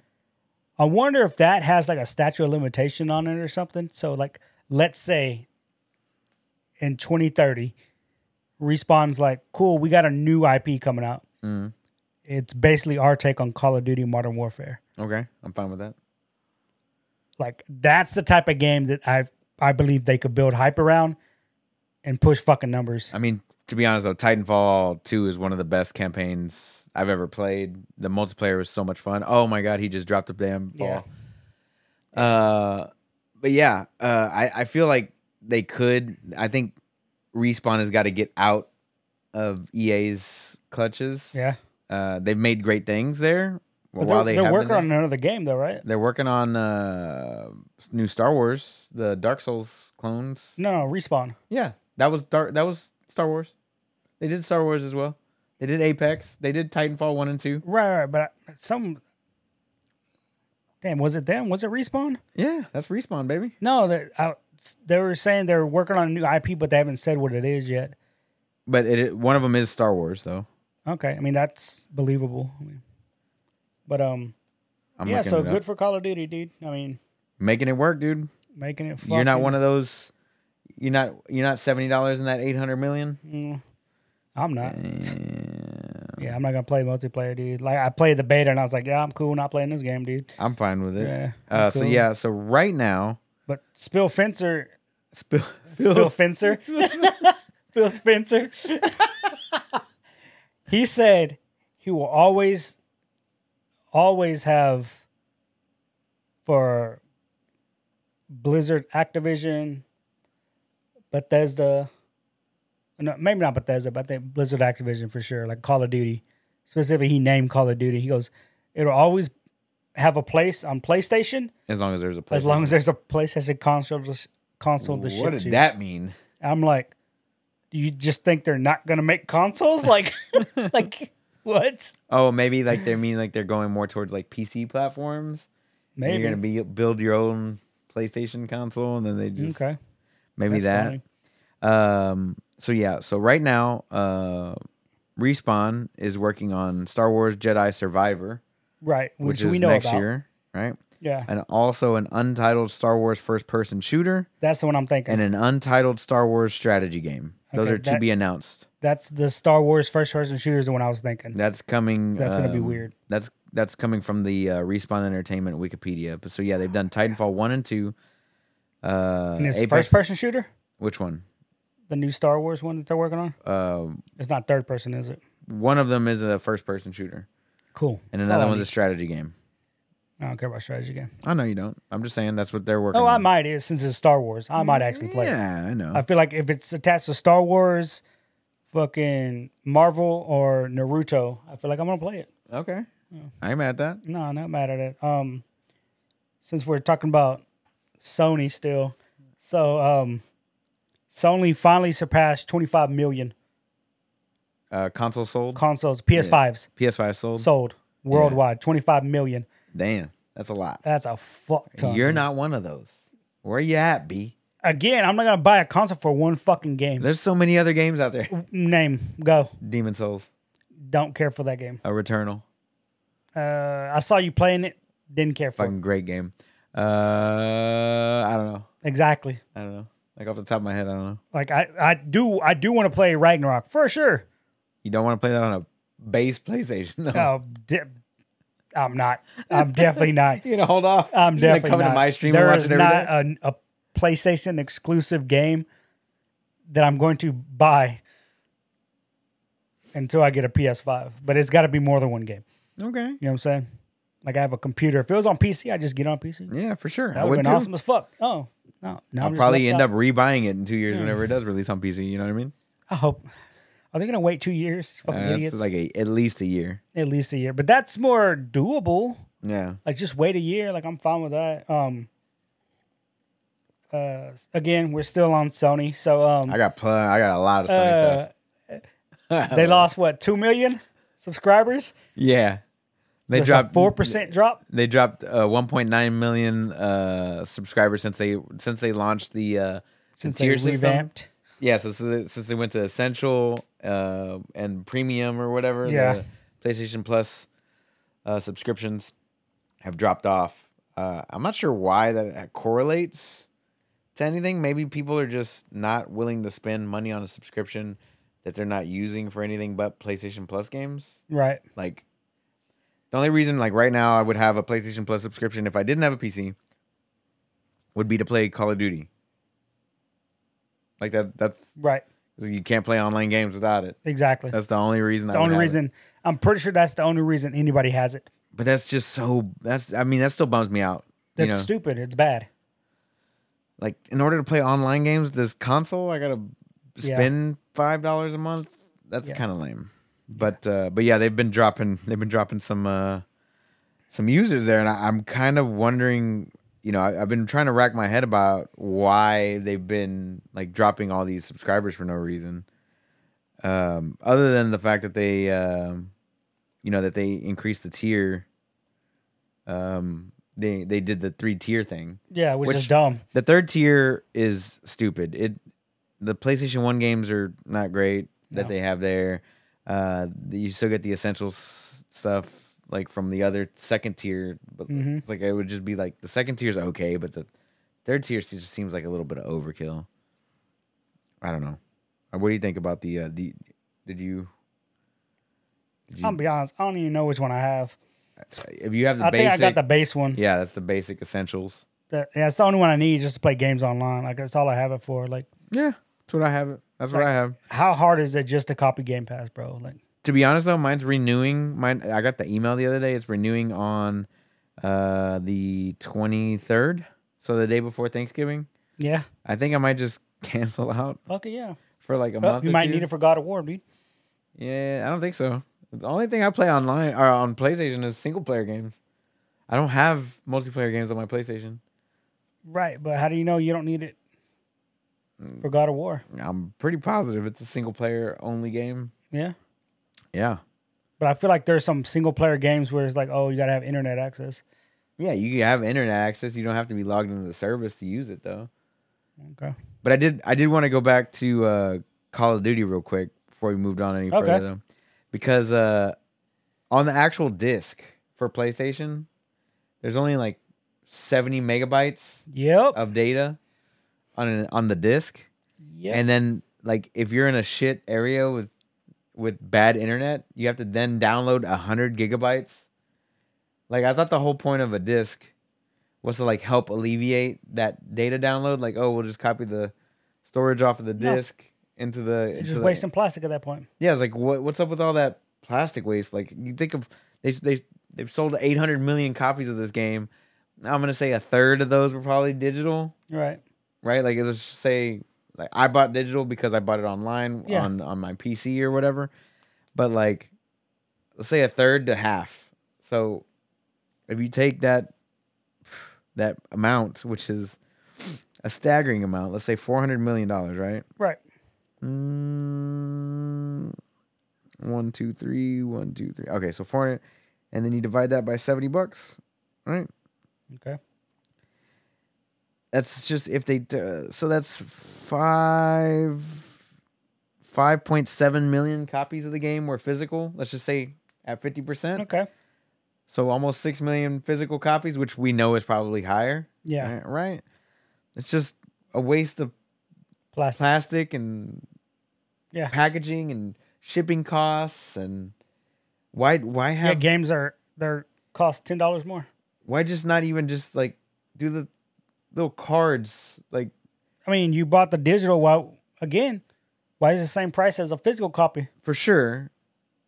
Speaker 2: i wonder if that has like a statute of limitation on it or something so like let's say in 2030 respawn's like cool we got a new ip coming out
Speaker 1: Mm-hmm.
Speaker 2: it's basically our take on call of duty modern warfare
Speaker 1: okay i'm fine with that
Speaker 2: like that's the type of game that i i believe they could build hype around and push fucking numbers
Speaker 1: I mean, to be honest though, Titanfall 2 is one of the best campaigns I've ever played. The multiplayer was so much fun. Oh my god, he just dropped a damn ball. Uh but yeah, uh I, I feel like they could I think Respawn has got to get out of EA's clutches.
Speaker 2: yeah
Speaker 1: Uh they've made great things there.
Speaker 2: but
Speaker 1: while
Speaker 2: they're,
Speaker 1: they
Speaker 2: they are
Speaker 1: have been
Speaker 2: working
Speaker 1: there.
Speaker 2: on another game though right
Speaker 1: they're working on uh new Star Wars, the Dark Souls clones.
Speaker 2: no, no respawn
Speaker 1: Yeah, that was Dark. That was Star Wars. They did Star Wars as well. They did Apex. They did Titanfall one and two.
Speaker 2: Right, right, but I- some. Damn, was it them? Was it respawn?
Speaker 1: Yeah, that's respawn, baby.
Speaker 2: No, they, I, they were saying they're working on a new IP, but they haven't said what it is yet.
Speaker 1: But it, it- one of them is Star Wars, though.
Speaker 2: Okay, I mean that's believable. I mean, but um,
Speaker 1: I'm
Speaker 2: yeah.
Speaker 1: looking
Speaker 2: So
Speaker 1: it up.
Speaker 2: good for Call of Duty, dude. I mean,
Speaker 1: making it work, dude.
Speaker 2: making it.
Speaker 1: You're not one of those. You're not. You're not seventy dollars in that eight hundred million.
Speaker 2: mm. I'm
Speaker 1: Uh,
Speaker 2: not. Yeah, I'm not gonna play multiplayer, dude. Like I played the beta and I was like, yeah, I'm cool, not playing this game, dude.
Speaker 1: I'm fine with it.
Speaker 2: Yeah,
Speaker 1: uh,
Speaker 2: I'm
Speaker 1: So
Speaker 2: cool.
Speaker 1: yeah. So right now,
Speaker 2: But Spill Fencer,
Speaker 1: <laughs> spill.
Speaker 2: Spill Fencer, <laughs> Phil Spencer. he said he will always, always have for Blizzard, Activision, Bethesda. No, maybe not Bethesda, but I think Blizzard, Activision for sure. Like Call of Duty, specifically, he named Call of Duty. He goes, it'll always have a place on PlayStation
Speaker 1: as long as there's a place.
Speaker 2: as long as there's a PlayStation console to, console to
Speaker 1: What
Speaker 2: ship
Speaker 1: did
Speaker 2: to.
Speaker 1: that mean?
Speaker 2: I'm like, do you just think they're not gonna make consoles? Like, like what?
Speaker 1: Oh, maybe like they mean like they're going more towards like PC platforms. and
Speaker 2: Maybe.
Speaker 1: You're gonna be build your own PlayStation console, and then they just
Speaker 2: okay.
Speaker 1: maybe
Speaker 2: That's
Speaker 1: that.
Speaker 2: funny.
Speaker 1: Um, so yeah, so right now, uh, Respawn is working on Star Wars Jedi Survivor,
Speaker 2: Right. Which,
Speaker 1: which, is
Speaker 2: we know
Speaker 1: next
Speaker 2: about.
Speaker 1: year, right?
Speaker 2: Yeah.
Speaker 1: And also an untitled Star Wars first-person shooter
Speaker 2: That's the one I'm thinking.
Speaker 1: and an untitled Star Wars strategy game. Those
Speaker 2: Okay,
Speaker 1: are to
Speaker 2: that-
Speaker 1: be announced.
Speaker 2: That's the Star Wars first person shooter is the one I was thinking.
Speaker 1: That's coming.
Speaker 2: That's gonna be
Speaker 1: um,
Speaker 2: weird.
Speaker 1: That's that's coming from the uh, Respawn Entertainment Wikipedia. But so yeah, they've done Titanfall one and two. Uh,
Speaker 2: Oh, and it's
Speaker 1: Apex-
Speaker 2: first person shooter?
Speaker 1: Which one?
Speaker 2: The new Star Wars one that they're working on?
Speaker 1: Uh,
Speaker 2: It's not third person, is it?
Speaker 1: one of them is a first-person shooter,
Speaker 2: Cool.
Speaker 1: and
Speaker 2: That's
Speaker 1: another
Speaker 2: all I
Speaker 1: one's a
Speaker 2: need.
Speaker 1: strategy game.
Speaker 2: I don't care about strategy game.
Speaker 1: I know you don't. I'm just saying that's what they're working.
Speaker 2: Oh, I
Speaker 1: on.
Speaker 2: might is since it's Star Wars. I might actually play it.
Speaker 1: Yeah, I know.
Speaker 2: I feel like if it's attached to Star Wars, fucking Marvel or Naruto, I feel like I'm gonna play it.
Speaker 1: okay, I'm at that.
Speaker 2: No, not mad at it. Um, since we're talking about Sony still, so um, Sony finally surpassed 25 million
Speaker 1: Uh, console sold.
Speaker 2: consoles, PS5s
Speaker 1: PS5 sold.
Speaker 2: sold worldwide. 25 million.
Speaker 1: Damn, that's a lot.
Speaker 2: That's a fuck ton.
Speaker 1: You're not one of those. Where you at, B?
Speaker 2: Again, I'm not gonna buy a console for one fucking game.
Speaker 1: There's so many other games out there. <laughs>
Speaker 2: Name go.
Speaker 1: Demon Souls,
Speaker 2: Don't care for that game.
Speaker 1: a Returnal,
Speaker 2: Uh, I saw you playing it. Didn't care for it.
Speaker 1: fucking great game. Uh, I don't know.
Speaker 2: exactly.
Speaker 1: I don't know. Like off the top of my head, I don't know.
Speaker 2: Like I, I do, I do want to play Ragnarok for sure.
Speaker 1: You don't want to play that on a base PlayStation. No.
Speaker 2: Oh, de- I'm not. I'm definitely
Speaker 1: <laughs>
Speaker 2: not.
Speaker 1: You gonna hold off.
Speaker 2: I'm
Speaker 1: You're gonna
Speaker 2: definitely
Speaker 1: come
Speaker 2: not.
Speaker 1: to my stream
Speaker 2: There
Speaker 1: and watch
Speaker 2: is
Speaker 1: it every day.
Speaker 2: not a, a PlayStation exclusive game that I'm going to buy until I get a PS5. But it's got to be more than one game.
Speaker 1: Okay.
Speaker 2: You know what I'm saying? Like I have a computer. If it was on PC, I just get on PC.
Speaker 1: Yeah, for sure. I
Speaker 2: That would
Speaker 1: would
Speaker 2: have
Speaker 1: too.
Speaker 2: been awesome as fuck. Oh no, no.
Speaker 1: I'll probably end up rebuying it in two years whenever it does release on PC. You know what I mean?
Speaker 2: I hope. Are they gonna wait two years? Fucking
Speaker 1: Uh, that's
Speaker 2: idiots.
Speaker 1: like a, at least a year.
Speaker 2: At least a year, but that's more doable.
Speaker 1: Yeah.
Speaker 2: like just wait a year like i'm fine with that um uh again we're still on sony so um
Speaker 1: I got pl- I got a lot of Sony
Speaker 2: uh,
Speaker 1: stuff.
Speaker 2: they lost what 2 million subscribers
Speaker 1: Yeah. They
Speaker 2: that's
Speaker 1: dropped
Speaker 2: a 4% drop
Speaker 1: They dropped uh, 1.9 million uh, subscribers since they since they launched the uh,
Speaker 2: since
Speaker 1: the
Speaker 2: they
Speaker 1: tier system.
Speaker 2: revamped
Speaker 1: Yeah, since they- since they went to essential uh, and premium or whatever.
Speaker 2: Yeah.
Speaker 1: the PlayStation Plus uh, subscriptions have dropped off. Uh, I'm not sure why that correlates to anything. Maybe people are just not willing to spend money on a subscription that they're not using for anything but PlayStation Plus games
Speaker 2: right
Speaker 1: like the only reason like right now I would have a PlayStation Plus subscription if I didn't have a PC would be to play Call of Duty. Like that that's
Speaker 2: right
Speaker 1: you can't play online games without it.
Speaker 2: exactly that's
Speaker 1: That's the only reason
Speaker 2: the
Speaker 1: I would
Speaker 2: only
Speaker 1: have it.
Speaker 2: reason i'm pretty sure that's the only reason anybody has it
Speaker 1: But that's just so that's I mean that still bums me out.
Speaker 2: that's
Speaker 1: you know,
Speaker 2: stupid it's bad
Speaker 1: like in order to play online games this console I got to
Speaker 2: Yeah.
Speaker 1: spend $5 a month. That's
Speaker 2: Yeah.
Speaker 1: kind of lame. But uh but yeah, they've been dropping they've been dropping some uh some users there, and I, I'm kind of wondering. You know, I, I've been trying to rack my head about why they've been like dropping all these subscribers for no reason, um, other than the fact that they, um, you know, that they increased the tier. Um, they they did the three tier thing.
Speaker 2: yeah which, is
Speaker 1: Which-
Speaker 2: dumb
Speaker 1: The third tier is stupid. It the PlayStation One games are not great. that
Speaker 2: No.
Speaker 1: they have there. Uh, you still get the essentials stuff like from the other second tier, but
Speaker 2: Mhm.
Speaker 1: it's like it would just be like the second tier is okay, but the third tier just seems like a little bit of overkill. I don't know. Uh, What do you think about the? Uh, the did you? Did you
Speaker 2: I'll be honest. I don't even know which one I have.
Speaker 1: if you have the
Speaker 2: Um, I
Speaker 1: basic,
Speaker 2: think I got the base one.
Speaker 1: yeah, that's the basic essentials.
Speaker 2: That- yeah, it's the only one I need just to play games online. Like that's all I have it for. Like
Speaker 1: Yeah, that's what I have. That's what I have.
Speaker 2: how hard is it just to copy Game Pass, bro? Like
Speaker 1: to be honest though, mine's renewing. Mine I got the email the other day. It's renewing on uh the twenty third. So the day before Thanksgiving.
Speaker 2: yeah,
Speaker 1: I think I might just <laughs> cancel out
Speaker 2: fuck it, yeah.
Speaker 1: for like a
Speaker 2: Oh,
Speaker 1: month.
Speaker 2: you
Speaker 1: or
Speaker 2: might
Speaker 1: two.
Speaker 2: need it for God of War, dude.
Speaker 1: Yeah, I don't think so. The only thing I play online or on PlayStation is single player games. I don't have multiplayer games on my PlayStation.
Speaker 2: Right, but how do you know you don't need it
Speaker 1: Mm.
Speaker 2: for God of War?
Speaker 1: I'm pretty positive it's a single player only game.
Speaker 2: Yeah,
Speaker 1: Yeah.
Speaker 2: but I feel like there's some single player games where it's like, oh, you gotta have internet access.
Speaker 1: Yeah, you have internet access. You don't have to be logged into the service to use it though.
Speaker 2: Okay,
Speaker 1: But I did I did want to go back to uh, Call of Duty real quick before we moved on any
Speaker 2: Okay.
Speaker 1: further though. Because uh, on the actual disc for PlayStation, there's only like 70 megabytes
Speaker 2: yep,
Speaker 1: of data on an, on the disc.
Speaker 2: yep.
Speaker 1: And then like if you're in a shit area with with bad internet, you have to then download 100 gigabytes. Like I thought the whole point of a disc was to like help alleviate that data download like oh we'll just copy the storage off of the
Speaker 2: No.
Speaker 1: disc into the into
Speaker 2: You're just
Speaker 1: the-
Speaker 2: wasting plastic at that point.
Speaker 1: Yeah, it's like what what's up with all that plastic waste? Like you think of they they they've sold 800 million copies of this game. I'm going to say a third of those were probably digital
Speaker 2: Right.
Speaker 1: right? Like let's just say like I bought digital because I bought it online
Speaker 2: Yeah.
Speaker 1: on on my PC or whatever. But like let's say a third to half. So if you take that that amount, which is a staggering amount, let's say four hundred million dollars, right?
Speaker 2: Right.
Speaker 1: Mm, one, two, three, one, two, three. Okay, so four hundred, and then you divide that by seventy bucks, right?
Speaker 2: Okay.
Speaker 1: that's just if they do, so that's five 5.7 million copies of the game were physical let's just say at 50%
Speaker 2: Okay.
Speaker 1: so almost 6 million physical copies which we know is probably higher
Speaker 2: Yeah.
Speaker 1: right, right? it's just a waste of
Speaker 2: Plastic.
Speaker 1: plastic and
Speaker 2: Yeah.
Speaker 1: packaging and shipping costs and why why
Speaker 2: Yeah.
Speaker 1: have
Speaker 2: Games are they're cost ten dollars more.
Speaker 1: why just not even just like do the little cards like
Speaker 2: I mean, you bought the digital. Why again? Why is it the same price as a physical copy?
Speaker 1: for sure.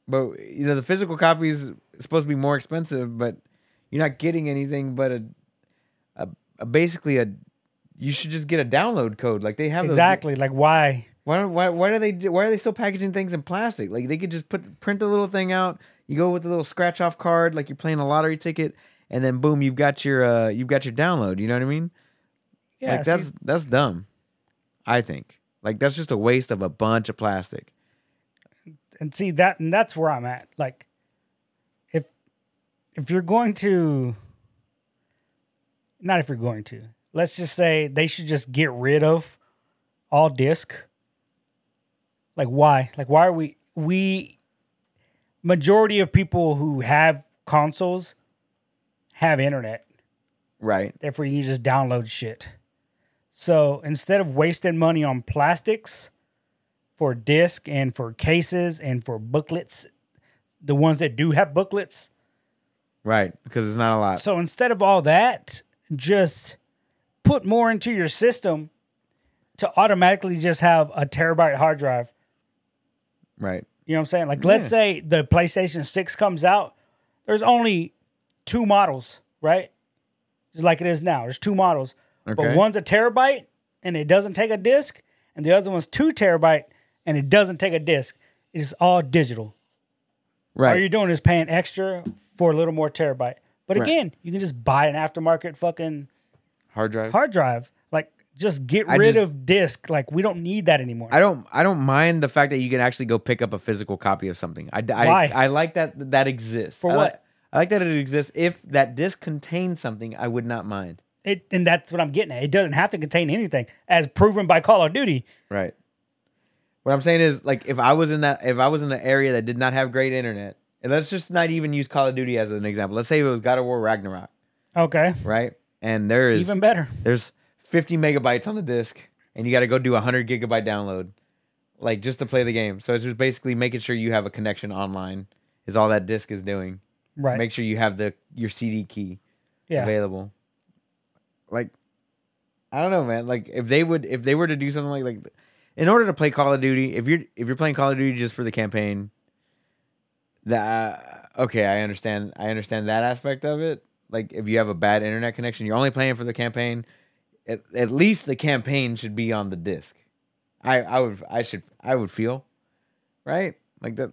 Speaker 1: But you know, the physical copy is supposed to be more expensive, but you're not getting anything but a, a, a basically a. You should just get a download code. Like they have those-
Speaker 2: Exactly. Like why?
Speaker 1: why, don't- why why do they do- why are they still packaging things in plastic? Like they could just put print the little thing out. You go with a little scratch off card, like you're playing a lottery ticket, and then boom, you've got your uh, you've got your download. You know what I mean?
Speaker 2: Yeah.
Speaker 1: like
Speaker 2: see,
Speaker 1: that's that's dumb. I think like that's just a waste of a bunch of plastic.
Speaker 2: and see that, and that's where I'm at. Like, if if you're going to, not if you're going to, let's just say they should just get rid of all disc. Like why? Like why are we we majority of people who have consoles have internet.
Speaker 1: Right.
Speaker 2: Therefore, you can just download shit. So instead of wasting money on plastics for disc and for cases and for booklets, the ones that do have booklets.
Speaker 1: Right. Because it's not a lot.
Speaker 2: So instead of all that, just put more into your system to automatically just have a terabyte hard drive.
Speaker 1: Right.
Speaker 2: You know what I'm saying? Like, let's
Speaker 1: Yeah.
Speaker 2: say the PlayStation 6 comes out, there's only two models, right? Just like it is now. There's two models.
Speaker 1: Okay.
Speaker 2: But one's a terabyte and it doesn't take a disc, and the other one's two terabyte and it doesn't take a disc. It's all digital.
Speaker 1: Right.
Speaker 2: All you're doing is paying extra for a little more terabyte. But
Speaker 1: Right.
Speaker 2: again, you can just buy an aftermarket fucking
Speaker 1: hard drive.
Speaker 2: hard drive. Like, just get
Speaker 1: I
Speaker 2: rid
Speaker 1: just-
Speaker 2: of disc. Like, we don't need that anymore.
Speaker 1: I don't. I don't mind the fact that you can actually go pick up a physical copy of something. I. I,
Speaker 2: Why?
Speaker 1: I like that that exists.
Speaker 2: For
Speaker 1: I
Speaker 2: what?
Speaker 1: Like, I like that it exists. If that disc contains something, I would not mind.
Speaker 2: It, and that's what I'm getting at. It doesn't have to contain anything, as proven by Call of Duty.
Speaker 1: Right. What I'm saying is, like, if I was in that, if I was in an area that did not have great internet, and let's just not even use Call of Duty as an example. Let's say it was God of War Ragnarok,
Speaker 2: Okay.
Speaker 1: right? And there is
Speaker 2: Even better.
Speaker 1: there's 50 megabytes on the disk, and you got to go do a 100 gigabyte download, like just to play the game. So it's just basically making sure you have a connection online is all that disk is doing.
Speaker 2: Right.
Speaker 1: Make sure you have the your CD key
Speaker 2: yeah.
Speaker 1: available. Like, I don't know, man. Like, if they would, if they were to do something like, like, in order to play Call of Duty, if you're if you're playing Call of Duty just for the campaign, that okay, I understand. I understand that aspect of it. Like, if you have a bad internet connection, you're only playing for the campaign. At, at least the campaign should be on the disc. I I would I should I would feel, right? Like that.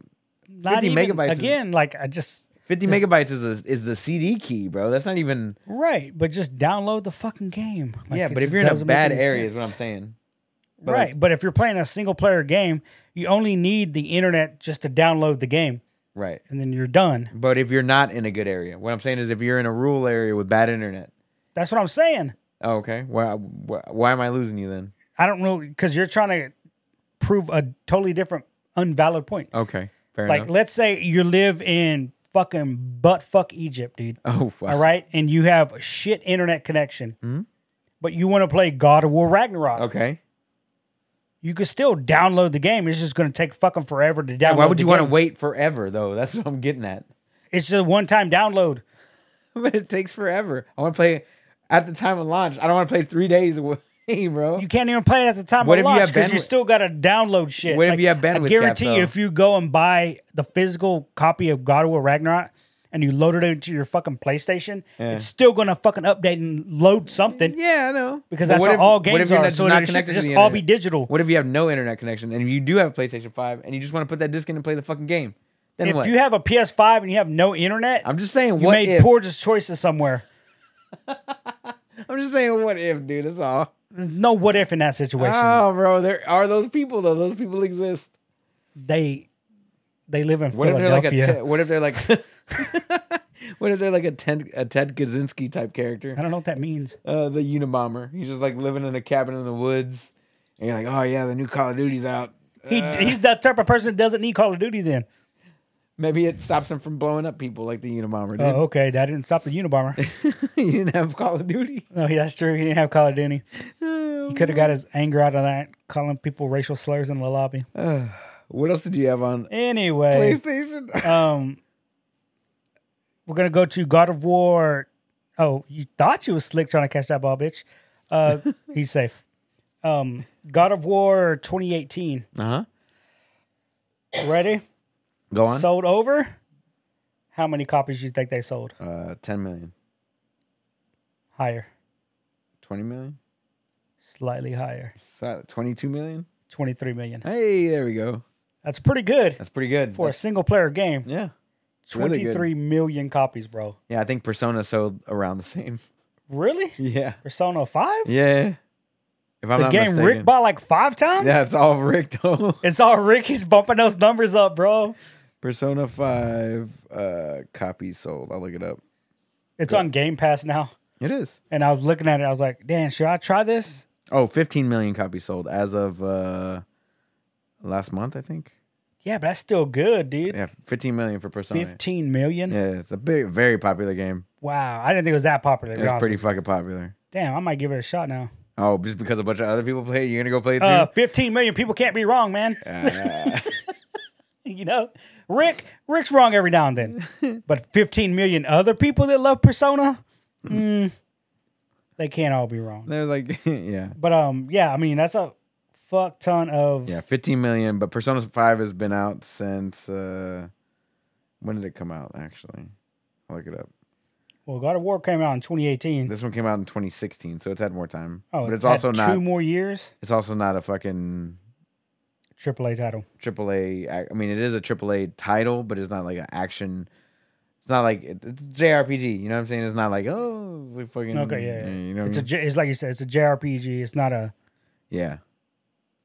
Speaker 2: Not
Speaker 1: 50
Speaker 2: even,
Speaker 1: megabytes is-
Speaker 2: again. like I just
Speaker 1: Fifty megabytes is the, is the CD key, bro. That's not even.
Speaker 2: right, but just download the fucking game. Like,
Speaker 1: yeah,
Speaker 2: it
Speaker 1: but if
Speaker 2: just
Speaker 1: you're in a
Speaker 2: doesn't make
Speaker 1: bad
Speaker 2: any
Speaker 1: area, is what I'm
Speaker 2: sense.
Speaker 1: saying. but, like-
Speaker 2: right, but if you're playing a single player game, you only need the internet just to download the game,
Speaker 1: Right.
Speaker 2: and then you're done.
Speaker 1: But if you're not in a good area, what I'm saying is if you're in a rural area with bad internet.
Speaker 2: That's what I'm saying.
Speaker 1: Oh, okay. Why, why, why am I losing you then?
Speaker 2: I don't know because you're trying to prove a totally different, unvalid point.
Speaker 1: Okay. Oh, Fair
Speaker 2: like,
Speaker 1: enough.
Speaker 2: let's say you live in fucking butt fuck Egypt, dude.
Speaker 1: Oh, wow.
Speaker 2: All right, and you have a shit internet connection,
Speaker 1: Hmm?
Speaker 2: but you want to play God of War Ragnarok.
Speaker 1: Okay.
Speaker 2: You could still download the game. It's just going to take fucking forever to download.
Speaker 1: Why would you want to
Speaker 2: to?
Speaker 1: wait forever, though? That's what I'm getting at. <laughs>
Speaker 2: It's just one time download.
Speaker 1: but it takes forever. I want to play at the time of launch. I don't want to play three days away, <laughs> bro.
Speaker 2: You can't even play it at the time
Speaker 1: What
Speaker 2: of
Speaker 1: if you
Speaker 2: launch
Speaker 1: have
Speaker 2: because you,
Speaker 1: bandwidth-
Speaker 2: still got to download shit.
Speaker 1: What if you have bandwidth cap,
Speaker 2: I guarantee
Speaker 1: though?
Speaker 2: you, if you go and buy the physical copy of God of War Ragnarok and you load it into your fucking PlayStation,
Speaker 1: Yeah.
Speaker 2: it's still going to fucking update and load something
Speaker 1: yeah, I know.
Speaker 2: because
Speaker 1: But
Speaker 2: that's
Speaker 1: what
Speaker 2: how
Speaker 1: if-
Speaker 2: all
Speaker 1: what
Speaker 2: games
Speaker 1: you're
Speaker 2: are.
Speaker 1: not-
Speaker 2: so
Speaker 1: not
Speaker 2: it should
Speaker 1: connected to
Speaker 2: just
Speaker 1: the
Speaker 2: all be
Speaker 1: internet?
Speaker 2: digital.
Speaker 1: What if you have no internet connection and you do have a PlayStation 5 and you just want to put that disc in and play the fucking game? Then
Speaker 2: if
Speaker 1: what?
Speaker 2: you have a PS5 and you have no internet,
Speaker 1: I'm just saying,
Speaker 2: you
Speaker 1: what
Speaker 2: made
Speaker 1: if?
Speaker 2: poor just choices somewhere.
Speaker 1: I'm just saying, what if, dude? That's all.
Speaker 2: There's no what if in that situation.
Speaker 1: Oh, bro, there are those people though. Those people exist.
Speaker 2: they they live in
Speaker 1: What if they're like a?
Speaker 2: Philadelphia.
Speaker 1: Ted- what if they're like?
Speaker 2: <laughs>
Speaker 1: what if they're like <laughs> a Ted a Ted Kaczynski type
Speaker 2: I
Speaker 1: character?
Speaker 2: don't know what that means.
Speaker 1: Uh, the Unabomber. He's just like living in a cabin in the woods, and you're like, oh yeah, the new Call of Duty's out.
Speaker 2: He,
Speaker 1: Uh.
Speaker 2: he's that type of person that doesn't need Call of Duty then.
Speaker 1: Maybe it stops him from blowing up people like the Unabomber did. <laughs>
Speaker 2: Oh, okay. That didn't stop the Unabomber.
Speaker 1: you didn't have Call of Duty.
Speaker 2: no, he- that's true. He didn't have Call of Duty. <laughs> He could have got his anger out of that, calling people racial slurs in the lobby.
Speaker 1: <laughs> What else did you have on
Speaker 2: Anyway,
Speaker 1: PlayStation? <laughs>
Speaker 2: um, we're gonna go to God of War. Oh, you thought you was slick trying to catch that ball, bitch.
Speaker 1: <laughs>
Speaker 2: Uh, he's safe. Um, God of War 2018.
Speaker 1: Uh huh.
Speaker 2: Ready?
Speaker 1: Go on.
Speaker 2: Sold over. How many copies you think they sold?
Speaker 1: uh, 10 million,
Speaker 2: Higher,
Speaker 1: 20 million,
Speaker 2: slightly higher.
Speaker 1: Si- 22 million.
Speaker 2: 23 million.
Speaker 1: Hey, there we go.
Speaker 2: That's pretty good
Speaker 1: That's pretty good.
Speaker 2: for a single player game.
Speaker 1: yeah. really good.
Speaker 2: Twenty-three million copies, bro.
Speaker 1: Yeah, I think Persona sold around the
Speaker 2: <laughs>
Speaker 1: same.
Speaker 2: Really?
Speaker 1: Yeah.
Speaker 2: Persona 5?
Speaker 1: Yeah. If I'm
Speaker 2: the
Speaker 1: not
Speaker 2: game
Speaker 1: mistaken.
Speaker 2: Rick bought like five times?
Speaker 1: yeah, it's all Rick though. <laughs>
Speaker 2: It's all Rick. He's bumping those numbers up, bro.
Speaker 1: Persona 5 uh copies sold. I'll look it up.
Speaker 2: It's on Game Pass now.
Speaker 1: It is.
Speaker 2: And I was looking at it. I was like, damn, should I try this?
Speaker 1: Oh, 15 million copies sold as of uh last month, I think.
Speaker 2: Yeah, but that's still good, dude.
Speaker 1: Yeah, 15 million for Persona.
Speaker 2: 15 million?
Speaker 1: Yeah, it's a big very popular game.
Speaker 2: Wow. I didn't think it was that popular. to be
Speaker 1: It's
Speaker 2: honest
Speaker 1: pretty
Speaker 2: with
Speaker 1: fucking popular.
Speaker 2: you. Damn, I might give it a shot now.
Speaker 1: Oh, just because a bunch of other people play it, you're going to go play it too?
Speaker 2: Uh, 15 million people can't be wrong, man.
Speaker 1: Ah. <laughs>
Speaker 2: <laughs> you know, Rick, Rick's wrong every now and then, but 15 million other people that love Persona, mm, they can't all be wrong.
Speaker 1: they're like <laughs> yeah.
Speaker 2: But um, yeah, I mean that's a fuck ton of
Speaker 1: Yeah, 15 million, but Persona 5 has been out since uh when did it come out actually? I'll look it up.
Speaker 2: well, God of War came out in 2018.
Speaker 1: This one came out in 2016, so it's had more time.
Speaker 2: oh,
Speaker 1: but it's
Speaker 2: had
Speaker 1: also not
Speaker 2: two more years.
Speaker 1: it's also not a fucking
Speaker 2: AAA title.
Speaker 1: AAA ac- I mean, it is a AAA title, but it's not like an action it's not like it- it's JRPG, you know what I'm saying? It's not like oh, it's like fucking
Speaker 2: Okay, yeah, yeah.
Speaker 1: you know what
Speaker 2: It's
Speaker 1: I
Speaker 2: a
Speaker 1: mean?
Speaker 2: J- it's like you said, it's a JRPG. It's not a
Speaker 1: yeah.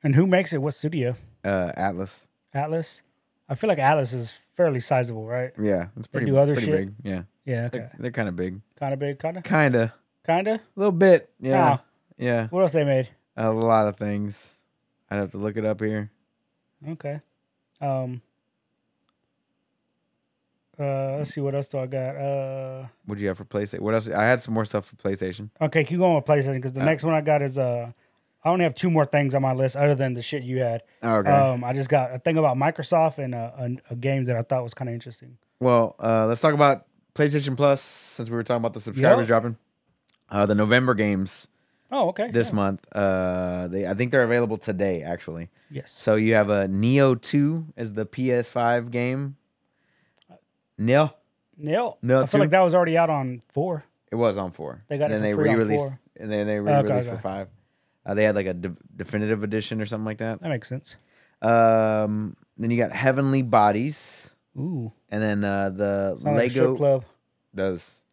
Speaker 2: and who makes it? What studio?
Speaker 1: Uh Atlas.
Speaker 2: Atlas. I feel like Atlas is fairly sizable, right?
Speaker 1: Yeah, it's pretty
Speaker 2: do other
Speaker 1: pretty
Speaker 2: shit?
Speaker 1: big. Yeah.
Speaker 2: Yeah.
Speaker 1: They're,
Speaker 2: Okay.
Speaker 1: they're kind of big.
Speaker 2: Kind of big. Kind of.
Speaker 1: Kind of
Speaker 2: Kind of.
Speaker 1: a little bit. Yeah.
Speaker 2: How?
Speaker 1: Yeah.
Speaker 2: What else they made?
Speaker 1: A lot of things. I'd have to look it up here.
Speaker 2: Okay. Um. Uh, let's see what else do I got. Uh,
Speaker 1: What'd you have for PlayStation? What else? I had some more stuff for PlayStation.
Speaker 2: okay, keep going with PlayStation because the
Speaker 1: Uh,
Speaker 2: next one I got is uh, I only have two more things on my list other than the shit you had.
Speaker 1: Okay.
Speaker 2: Um, I just got a thing about Microsoft and a, a, a game that I thought was kind of interesting.
Speaker 1: Well, uh, let's talk about PlayStation Plus since we were talking about the subscribers
Speaker 2: Yeah.
Speaker 1: dropping. Uh, the November games
Speaker 2: Oh, okay.
Speaker 1: this
Speaker 2: yeah.
Speaker 1: month. Uh, they I think they're available today actually.
Speaker 2: yes.
Speaker 1: So you have a Neo Two as the PS5 game. No,
Speaker 2: Nil.
Speaker 1: No,
Speaker 2: I feel
Speaker 1: two.
Speaker 2: like that was already out on four.
Speaker 1: it was on four.
Speaker 2: They got it
Speaker 1: and
Speaker 2: for
Speaker 1: they
Speaker 2: free on
Speaker 1: re-released,
Speaker 2: four.
Speaker 1: and then they re-released for
Speaker 2: okay.
Speaker 1: five. Uh, they had like a de- definitive edition or something like that.
Speaker 2: That makes sense.
Speaker 1: Um, then you got Heavenly Bodies,
Speaker 2: Ooh.
Speaker 1: and then uh, the
Speaker 2: Sounds like a
Speaker 1: Lego
Speaker 2: strip club.
Speaker 1: does.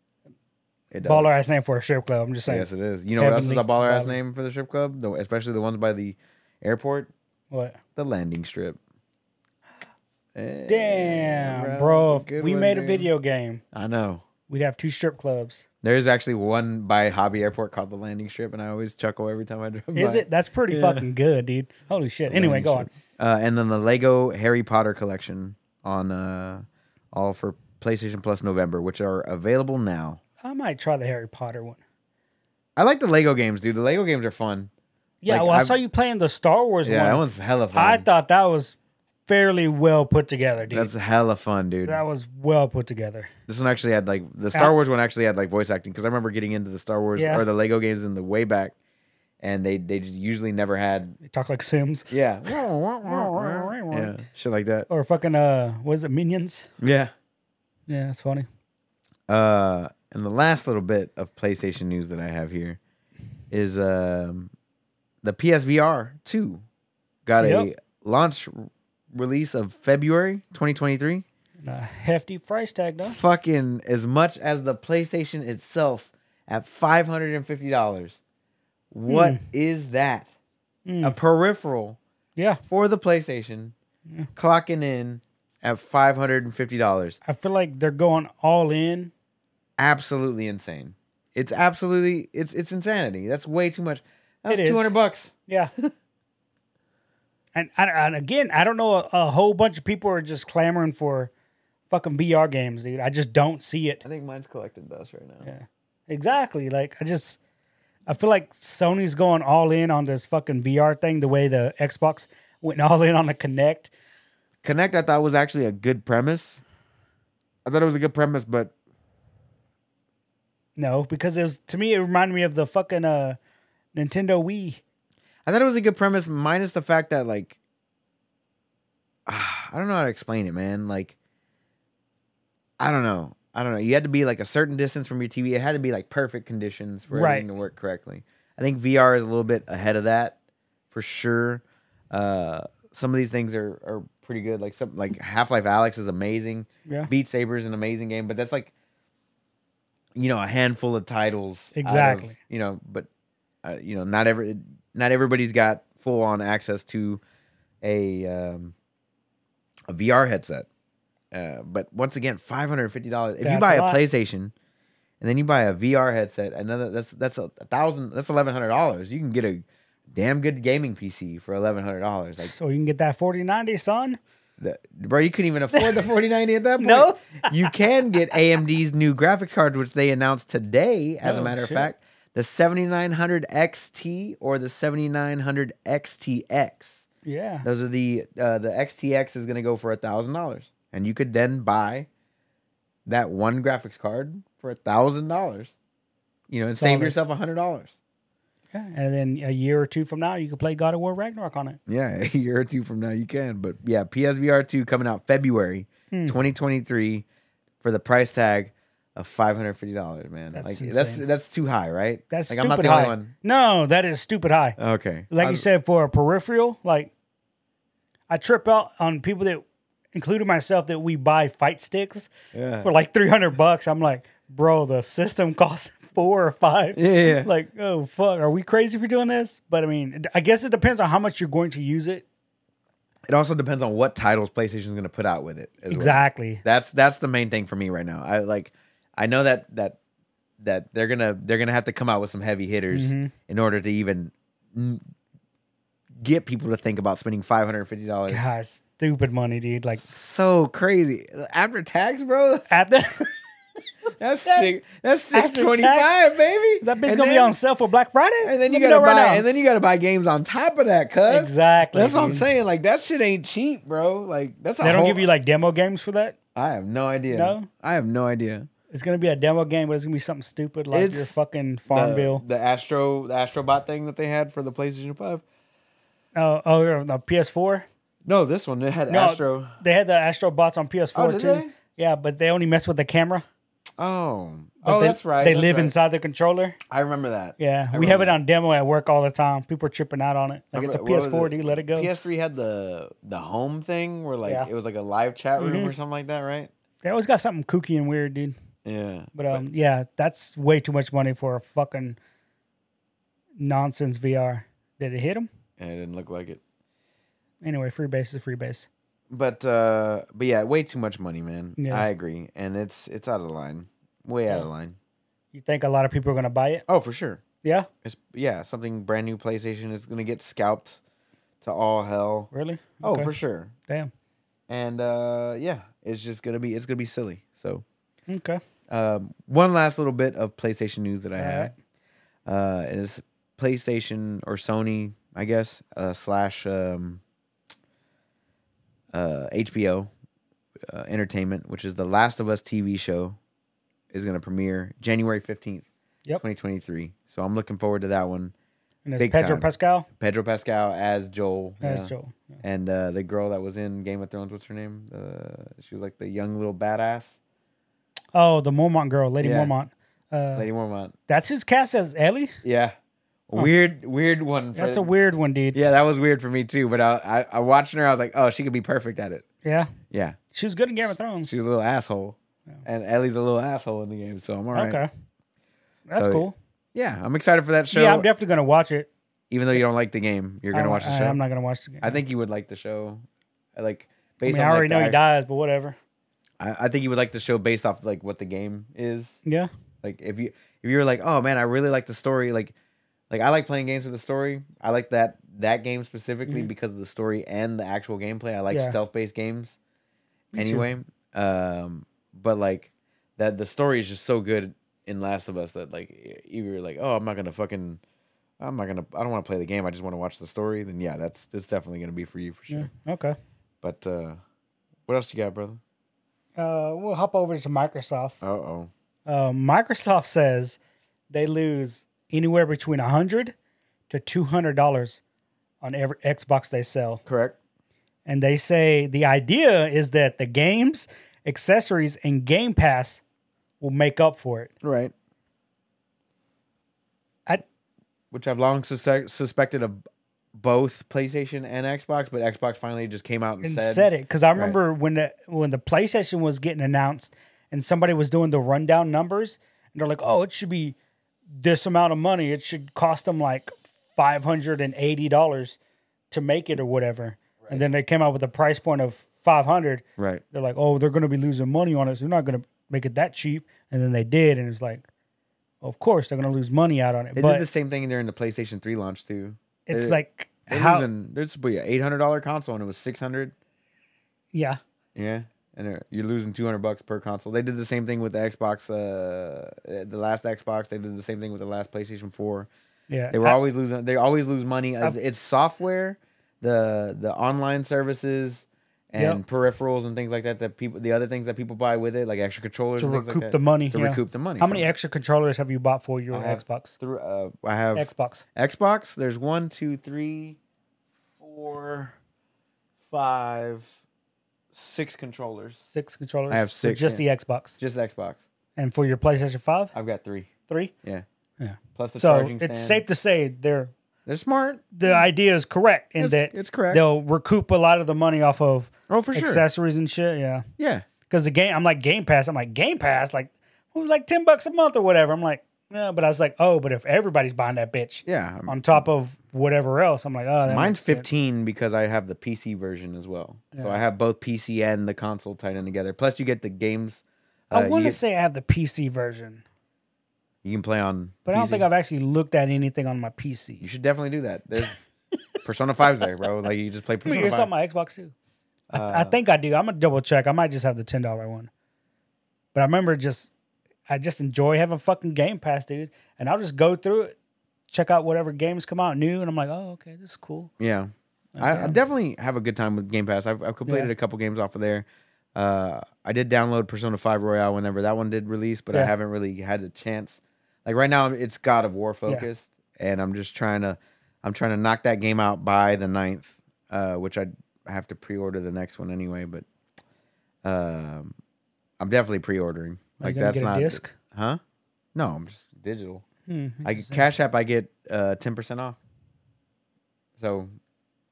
Speaker 1: It
Speaker 2: Baller ass name for a strip club. I'm just saying.
Speaker 1: Yes, it is. You know what else is a
Speaker 2: Heavenly
Speaker 1: baller ass
Speaker 2: Body.
Speaker 1: name for the strip club? The, especially the ones by the airport,
Speaker 2: What?
Speaker 1: the landing strip. Eh,
Speaker 2: Damn,
Speaker 1: bro,
Speaker 2: bro.
Speaker 1: that's a
Speaker 2: If
Speaker 1: good
Speaker 2: we
Speaker 1: one,
Speaker 2: made a
Speaker 1: dude.
Speaker 2: video game,
Speaker 1: I know.
Speaker 2: we'd have two strip clubs.
Speaker 1: There's actually one by Hobby Airport called the landing strip, and I always chuckle every time I drive
Speaker 2: Is
Speaker 1: by.
Speaker 2: it? That's pretty
Speaker 1: Yeah.
Speaker 2: fucking good, dude. Holy shit. Anyway,
Speaker 1: Landing
Speaker 2: go on.
Speaker 1: strip. Uh, and then the Lego Harry Potter collection on uh, all for PlayStation Plus November, which are available now.
Speaker 2: I might try the Harry Potter one.
Speaker 1: I like the Lego games, dude. The Lego games are fun.
Speaker 2: Yeah,
Speaker 1: Like,
Speaker 2: well, i
Speaker 1: I've-
Speaker 2: saw you playing the Star Wars
Speaker 1: Yeah, that
Speaker 2: one.
Speaker 1: one's hella fun.
Speaker 2: I thought that was fairly well put together, dude.
Speaker 1: That's hella fun, dude.
Speaker 2: that was well put together.
Speaker 1: This one actually had like the Star Wars one actually had like voice acting because I remember getting into the Star Wars
Speaker 2: Yeah.
Speaker 1: or the Lego games in the way back, and they they just usually never had
Speaker 2: They talk like Sims
Speaker 1: yeah <laughs> yeah shit like that
Speaker 2: or fucking uh, what is it, Minions?
Speaker 1: yeah.
Speaker 2: Yeah, that's funny.
Speaker 1: Uh, and the last little bit of PlayStation news that I have here is um the PSVR two got
Speaker 2: Yep.
Speaker 1: a launch r- release of February 2023.
Speaker 2: And a hefty price tag, though.
Speaker 1: fucking as much as the PlayStation itself at five hundred and fifty dollars. What is
Speaker 2: Hmm.
Speaker 1: that? A peripheral
Speaker 2: Yeah,
Speaker 1: for the PlayStation, clocking in at five hundred and fifty dollars.
Speaker 2: I feel like they're going all in.
Speaker 1: Absolutely insane. It's absolutely it's it's insanity. That's way too much. That's
Speaker 2: It is.
Speaker 1: two hundred bucks.
Speaker 2: Yeah. <laughs> and, I, and again, I don't know. A, a whole bunch of people are just clamoring for fucking VR games, dude. I just don't see it.
Speaker 1: I think mine's collected dust right now.
Speaker 2: Exactly. Like I just, I feel like Sony's going all in on this fucking VR thing. The way the Xbox went all in on the Connect.
Speaker 1: Connect, I thought was actually a good premise. I thought it was a good premise, but
Speaker 2: No, because it was to me it reminded me of the fucking uh, Nintendo Wii.
Speaker 1: I thought it was a good premise, minus the fact that like <sighs> ah, I don't know how to explain it, man. Like I don't know. I don't know. You had to be like a certain distance from your TV. It had to be like perfect conditions for
Speaker 2: Right.
Speaker 1: everything to work correctly. I think VR is a little bit ahead of that for sure. Uh, some of these things are are pretty good. Like some like Half Life Alex is amazing.
Speaker 2: Yeah.
Speaker 1: Beat Saber is an amazing game, but that's like you know a handful of titles. out of,
Speaker 2: Exactly.
Speaker 1: you know, but uh, you know, not every not everybody's got full on access to a um, a VR headset. Uh, but once again, five hundred fifty dollars. If you
Speaker 2: That's
Speaker 1: buy
Speaker 2: a
Speaker 1: a,
Speaker 2: lot.
Speaker 1: PlayStation, and then you buy a VR headset, another that's that's a thousand. That's eleven hundred dollars. You can get a damn good gaming PC for eleven hundred dollars. Like,
Speaker 2: So you can get that forty ninety, son.
Speaker 1: that, bro, you couldn't even afford
Speaker 2: <laughs>
Speaker 1: the forty ninety at that point.
Speaker 2: No?
Speaker 1: you can get AMD's new graphics card, which they announced today. As a
Speaker 2: Oh,
Speaker 1: matter of
Speaker 2: shit.
Speaker 1: fact, the seventy nine hundred XT or the seventy nine hundred XTX.
Speaker 2: Yeah.
Speaker 1: Those are the uh, the XTX is going to go for a thousand dollars, and you could then buy that one graphics card for a thousand dollars. You know, and save
Speaker 2: Solid.
Speaker 1: yourself a hundred dollars.
Speaker 2: Yeah. And then a year or two from now, you can play God of War Ragnarok on it.
Speaker 1: Yeah, <laughs> a year or two from now you can. But yeah, PSVR two coming out February
Speaker 2: Hmm.
Speaker 1: twenty twenty three for the price tag of five hundred fifty dollars. Man,
Speaker 2: That's
Speaker 1: like that's
Speaker 2: insane.
Speaker 1: that's too high, right?
Speaker 2: That's
Speaker 1: like
Speaker 2: stupid high. No, that is stupid high.
Speaker 1: Okay,
Speaker 2: like
Speaker 1: I'm-
Speaker 2: you said, for a peripheral, like I trip out on people that, including myself, that we buy fight sticks
Speaker 1: Yeah.
Speaker 2: for like three hundred bucks. I'm like, bro, the system <laughs> costs four or
Speaker 1: <laughs>
Speaker 2: five.
Speaker 1: Yeah, yeah, yeah.
Speaker 2: Like, oh fuck, are we crazy for doing this? But I mean, I guess it depends on how much you're going to use it.
Speaker 1: It also depends on what titles PlayStation's going to put out with it. As well.
Speaker 2: Exactly.
Speaker 1: That's that's the main thing for me right now. I like I know that that that
Speaker 2: Mm-hmm.
Speaker 1: they're gonna they're gonna have to come out with some heavy hitters in order to even mm, get people to think about spending five hundred fifty dollars.
Speaker 2: God, stupid money, dude. Like
Speaker 1: So crazy after tax, bro.
Speaker 2: after
Speaker 1: That's six. That's
Speaker 2: After
Speaker 1: six twenty five, baby.
Speaker 2: <laughs> that bitch
Speaker 1: And
Speaker 2: gonna be
Speaker 1: then-
Speaker 2: on sale for Black Friday.
Speaker 1: And then you
Speaker 2: Let me
Speaker 1: gotta
Speaker 2: know
Speaker 1: buy.
Speaker 2: right now.
Speaker 1: and then you gotta buy games on top of that, cuz.
Speaker 2: Exactly,
Speaker 1: That's what I'm
Speaker 2: dude.
Speaker 1: saying. Like that shit ain't cheap, bro. Like that's. a
Speaker 2: they don't
Speaker 1: whole-
Speaker 2: give you like demo games for that.
Speaker 1: I have no idea.
Speaker 2: No?
Speaker 1: I have no idea.
Speaker 2: It's gonna be a demo game, but it's gonna be something stupid like
Speaker 1: It's
Speaker 2: your fucking
Speaker 1: the,
Speaker 2: Farmville.
Speaker 1: the Astro, the Astrobot thing that they had for the PlayStation Five.
Speaker 2: Oh, oh, the PS4.
Speaker 1: No, this one it had
Speaker 2: No,
Speaker 1: Astro.
Speaker 2: They had the Astro Bots on PS4
Speaker 1: Oh, did
Speaker 2: too.
Speaker 1: they?
Speaker 2: Yeah, but they only mess with the camera.
Speaker 1: Oh,
Speaker 2: But
Speaker 1: oh,
Speaker 2: they,
Speaker 1: that's right.
Speaker 2: They
Speaker 1: that's
Speaker 2: live
Speaker 1: right.
Speaker 2: inside the controller.
Speaker 1: I remember that.
Speaker 2: Yeah,
Speaker 1: I
Speaker 2: we have it
Speaker 1: remember
Speaker 2: on demo at work all the time. People are tripping out on it. Like
Speaker 1: Remember- what was
Speaker 2: it's a PS4,
Speaker 1: it?
Speaker 2: dude. Let it go.
Speaker 1: PS3 had the the home thing where like
Speaker 2: Yeah. Mm-hmm.
Speaker 1: it was like a live chat room or something like that, right?
Speaker 2: they always got something kooky and weird, dude.
Speaker 1: Yeah.
Speaker 2: But um, yeah, that's way too much money for a fucking nonsense VR. Did it hit him?
Speaker 1: And it didn't look like it.
Speaker 2: Anyway, free base is free base.
Speaker 1: But uh but yeah, way too much money, man.
Speaker 2: Yeah.
Speaker 1: I agree. And it's it's out of line. Way out of line.
Speaker 2: You think a lot of people are gonna buy it?
Speaker 1: Oh, for sure.
Speaker 2: Yeah,
Speaker 1: It's yeah, something brand new PlayStation is gonna get scalped to all hell.
Speaker 2: really?
Speaker 1: Oh,
Speaker 2: Okay.
Speaker 1: for sure.
Speaker 2: Damn.
Speaker 1: And uh yeah, it's just gonna be it's gonna be silly. So
Speaker 2: Okay.
Speaker 1: um one last little bit of PlayStation news that I
Speaker 2: All
Speaker 1: have. Uh and it's PlayStation or Sony, I guess, uh slash um uh HBO uh, entertainment, which is the Last of Us TV show, is gonna premiere January fifteenth,
Speaker 2: Yep.
Speaker 1: twenty twenty three. So I'm looking forward to that one.
Speaker 2: And
Speaker 1: Big
Speaker 2: it's Pedro
Speaker 1: time.
Speaker 2: Pascal.
Speaker 1: Pedro Pascal as Joel.
Speaker 2: That's
Speaker 1: yeah.
Speaker 2: Joel. Yeah.
Speaker 1: And uh, the girl that was in Game of Thrones, what's her name? Uh, she was like the young little badass
Speaker 2: Oh, the Mormont girl, Lady
Speaker 1: Yeah.
Speaker 2: Mormont. Uh,
Speaker 1: Lady Mormont.
Speaker 2: That's who's cast as Ellie.
Speaker 1: Yeah, weird, weird one. For,
Speaker 2: Oh. That's a weird one, dude.
Speaker 1: yeah, that was weird for me too. But I, I, I watching her, I was like, oh, she could be perfect at it.
Speaker 2: Yeah,
Speaker 1: Yeah,
Speaker 2: she was good in Game of Thrones.
Speaker 1: she's a little asshole, and Ellie's a little asshole in the game. So I'm all right.
Speaker 2: Okay, that's
Speaker 1: So,
Speaker 2: cool.
Speaker 1: Yeah, I'm excited for that show.
Speaker 2: yeah, I'm definitely gonna watch it.
Speaker 1: even though you don't like the game, you're gonna
Speaker 2: I-
Speaker 1: watch the
Speaker 2: I-
Speaker 1: show.
Speaker 2: I'm not gonna watch the game.
Speaker 1: I think you would like the show. I Like
Speaker 2: I,
Speaker 1: based
Speaker 2: mean, I
Speaker 1: on like,
Speaker 2: already
Speaker 1: the
Speaker 2: know he
Speaker 1: act-
Speaker 2: dies, but whatever.
Speaker 1: I, I think you would like the show based off like what the game is.
Speaker 2: Yeah,
Speaker 1: Like if you if you were like, oh man, I really like the story. Like like I like playing games with the story. I like that that game specifically because of the story and the actual gameplay. I like
Speaker 2: Mm-hmm. Yeah.
Speaker 1: stealth based games.
Speaker 2: too.
Speaker 1: anyway, um, but like that the story is just so good in Last of Us that like if you're like, oh, I'm not gonna fucking. I'm not gonna. I don't want to play the game. I just want to watch the story. Then yeah, that's it's definitely gonna be for you for sure.
Speaker 2: yeah. Okay.
Speaker 1: But uh, what else you got, brother?
Speaker 2: Uh, we'll hop over to Microsoft.
Speaker 1: Uh oh.
Speaker 2: Uh, Microsoft says they lose anywhere between hundred to two hundred dollars on every Xbox they sell.
Speaker 1: Correct.
Speaker 2: And they say the idea is that the games, accessories, and Game Pass will make up for it.
Speaker 1: Right.
Speaker 2: I,
Speaker 1: which I've long suspe- suspected of both PlayStation and Xbox, but Xbox finally just came out and,
Speaker 2: and
Speaker 1: said,
Speaker 2: said, it because I remember when the when the PlayStation was getting announced and somebody was doing the rundown numbers and they're like, "Oh, it should be this amount of money. It should cost them like five hundred and eighty dollars to make it or whatever." And then they came out with a price point of five hundred.
Speaker 1: Right.
Speaker 2: They're like, "Oh, they're going to be losing money on us. They're not going to make it that cheap." And then they did, and it's like, "Of course they're going to lose money out on it."
Speaker 1: They
Speaker 2: but
Speaker 1: did the same thing during the PlayStation 3 launch too.
Speaker 2: it's
Speaker 1: they-
Speaker 2: like
Speaker 1: They're
Speaker 2: how?
Speaker 1: losing- there's be an eight hundred dollar console and it was six hundred.
Speaker 2: yeah,
Speaker 1: Yeah. And they're- you're losing two hundred bucks per console. They did the same thing with the Xbox, uh, the last Xbox. They did the same thing with the last PlayStation Four.
Speaker 2: yeah.
Speaker 1: They were
Speaker 2: I-
Speaker 1: always losing. They always lose money. It's- it's software, the the online services, and
Speaker 2: Yep.
Speaker 1: peripherals and things like that. That people, the other things that people buy with it, like extra controllers
Speaker 2: to
Speaker 1: and things like
Speaker 2: recoup
Speaker 1: that,
Speaker 2: the money.
Speaker 1: To
Speaker 2: yeah.
Speaker 1: recoup the money.
Speaker 2: How
Speaker 1: from
Speaker 2: many
Speaker 1: it.
Speaker 2: extra controllers have you bought for your
Speaker 1: I have
Speaker 2: Xbox?
Speaker 1: Through, uh, I have
Speaker 2: Xbox.
Speaker 1: Xbox. There's one, two, three, four, five, six controllers.
Speaker 2: Six controllers.
Speaker 1: I have
Speaker 2: for
Speaker 1: six,
Speaker 2: Just the Xbox.
Speaker 1: Just Xbox.
Speaker 2: And for your PlayStation 5,
Speaker 1: I've got three.
Speaker 2: three.
Speaker 1: Yeah.
Speaker 2: Yeah.
Speaker 1: Plus the
Speaker 2: So
Speaker 1: charging stand.
Speaker 2: it's safe to say they're
Speaker 1: They're smart.
Speaker 2: the idea is correct in
Speaker 1: It's,
Speaker 2: that
Speaker 1: it's correct.
Speaker 2: they'll recoup a lot of the money off of
Speaker 1: Oh, for sure.
Speaker 2: accessories and shit. Yeah.
Speaker 1: Yeah.
Speaker 2: Because the game, I'm like Game Pass. I'm like Game Pass. Like it was like ten bucks a month or whatever. I'm like, yeah. But I was like, oh, but if everybody's buying that bitch
Speaker 1: Yeah.
Speaker 2: on top of whatever else, I'm like, oh, that
Speaker 1: Mine's
Speaker 2: makes sense.
Speaker 1: 15 because I have the PC version as well. So I have both PC and the console tied in together. Plus, you get the games. Uh,
Speaker 2: I want
Speaker 1: you,
Speaker 2: to say I have the PC version,
Speaker 1: you can play on.
Speaker 2: but I don't
Speaker 1: PC.
Speaker 2: think I've actually looked at anything on my PC. <laughs>
Speaker 1: You should definitely do that. There's, Persona 5's there, bro. Like you just play
Speaker 2: I mean,
Speaker 1: Persona
Speaker 2: it's
Speaker 1: 5.
Speaker 2: on my Xbox too. I,
Speaker 1: Uh,
Speaker 2: I think I do. I'm gonna double check. I might just have the ten dollar one. But I remember just, I just enjoy having fucking Game Pass, dude. And I'll just go through it, check out whatever games come out new, and I'm like, oh, okay, this is cool.
Speaker 1: Yeah. I, I definitely have a good time with Game Pass. I've, I've completed a couple games off of there. Uh, I did download Persona 5 Royale whenever that one did release, but I
Speaker 2: Yeah.
Speaker 1: haven't really had the chance. Like right now, it's God of War focused, and I'm just trying to, I'm trying to knock that game out by the 9th, uh, which I have to pre-order the next one anyway. But um, I'm definitely pre-ordering.
Speaker 2: Are
Speaker 1: like
Speaker 2: you gonna
Speaker 1: that's
Speaker 2: get a
Speaker 1: not
Speaker 2: disc?
Speaker 1: huh? No, I'm just digital.
Speaker 2: Hmm.
Speaker 1: I get Cash App. I get uh, ten percent off. So,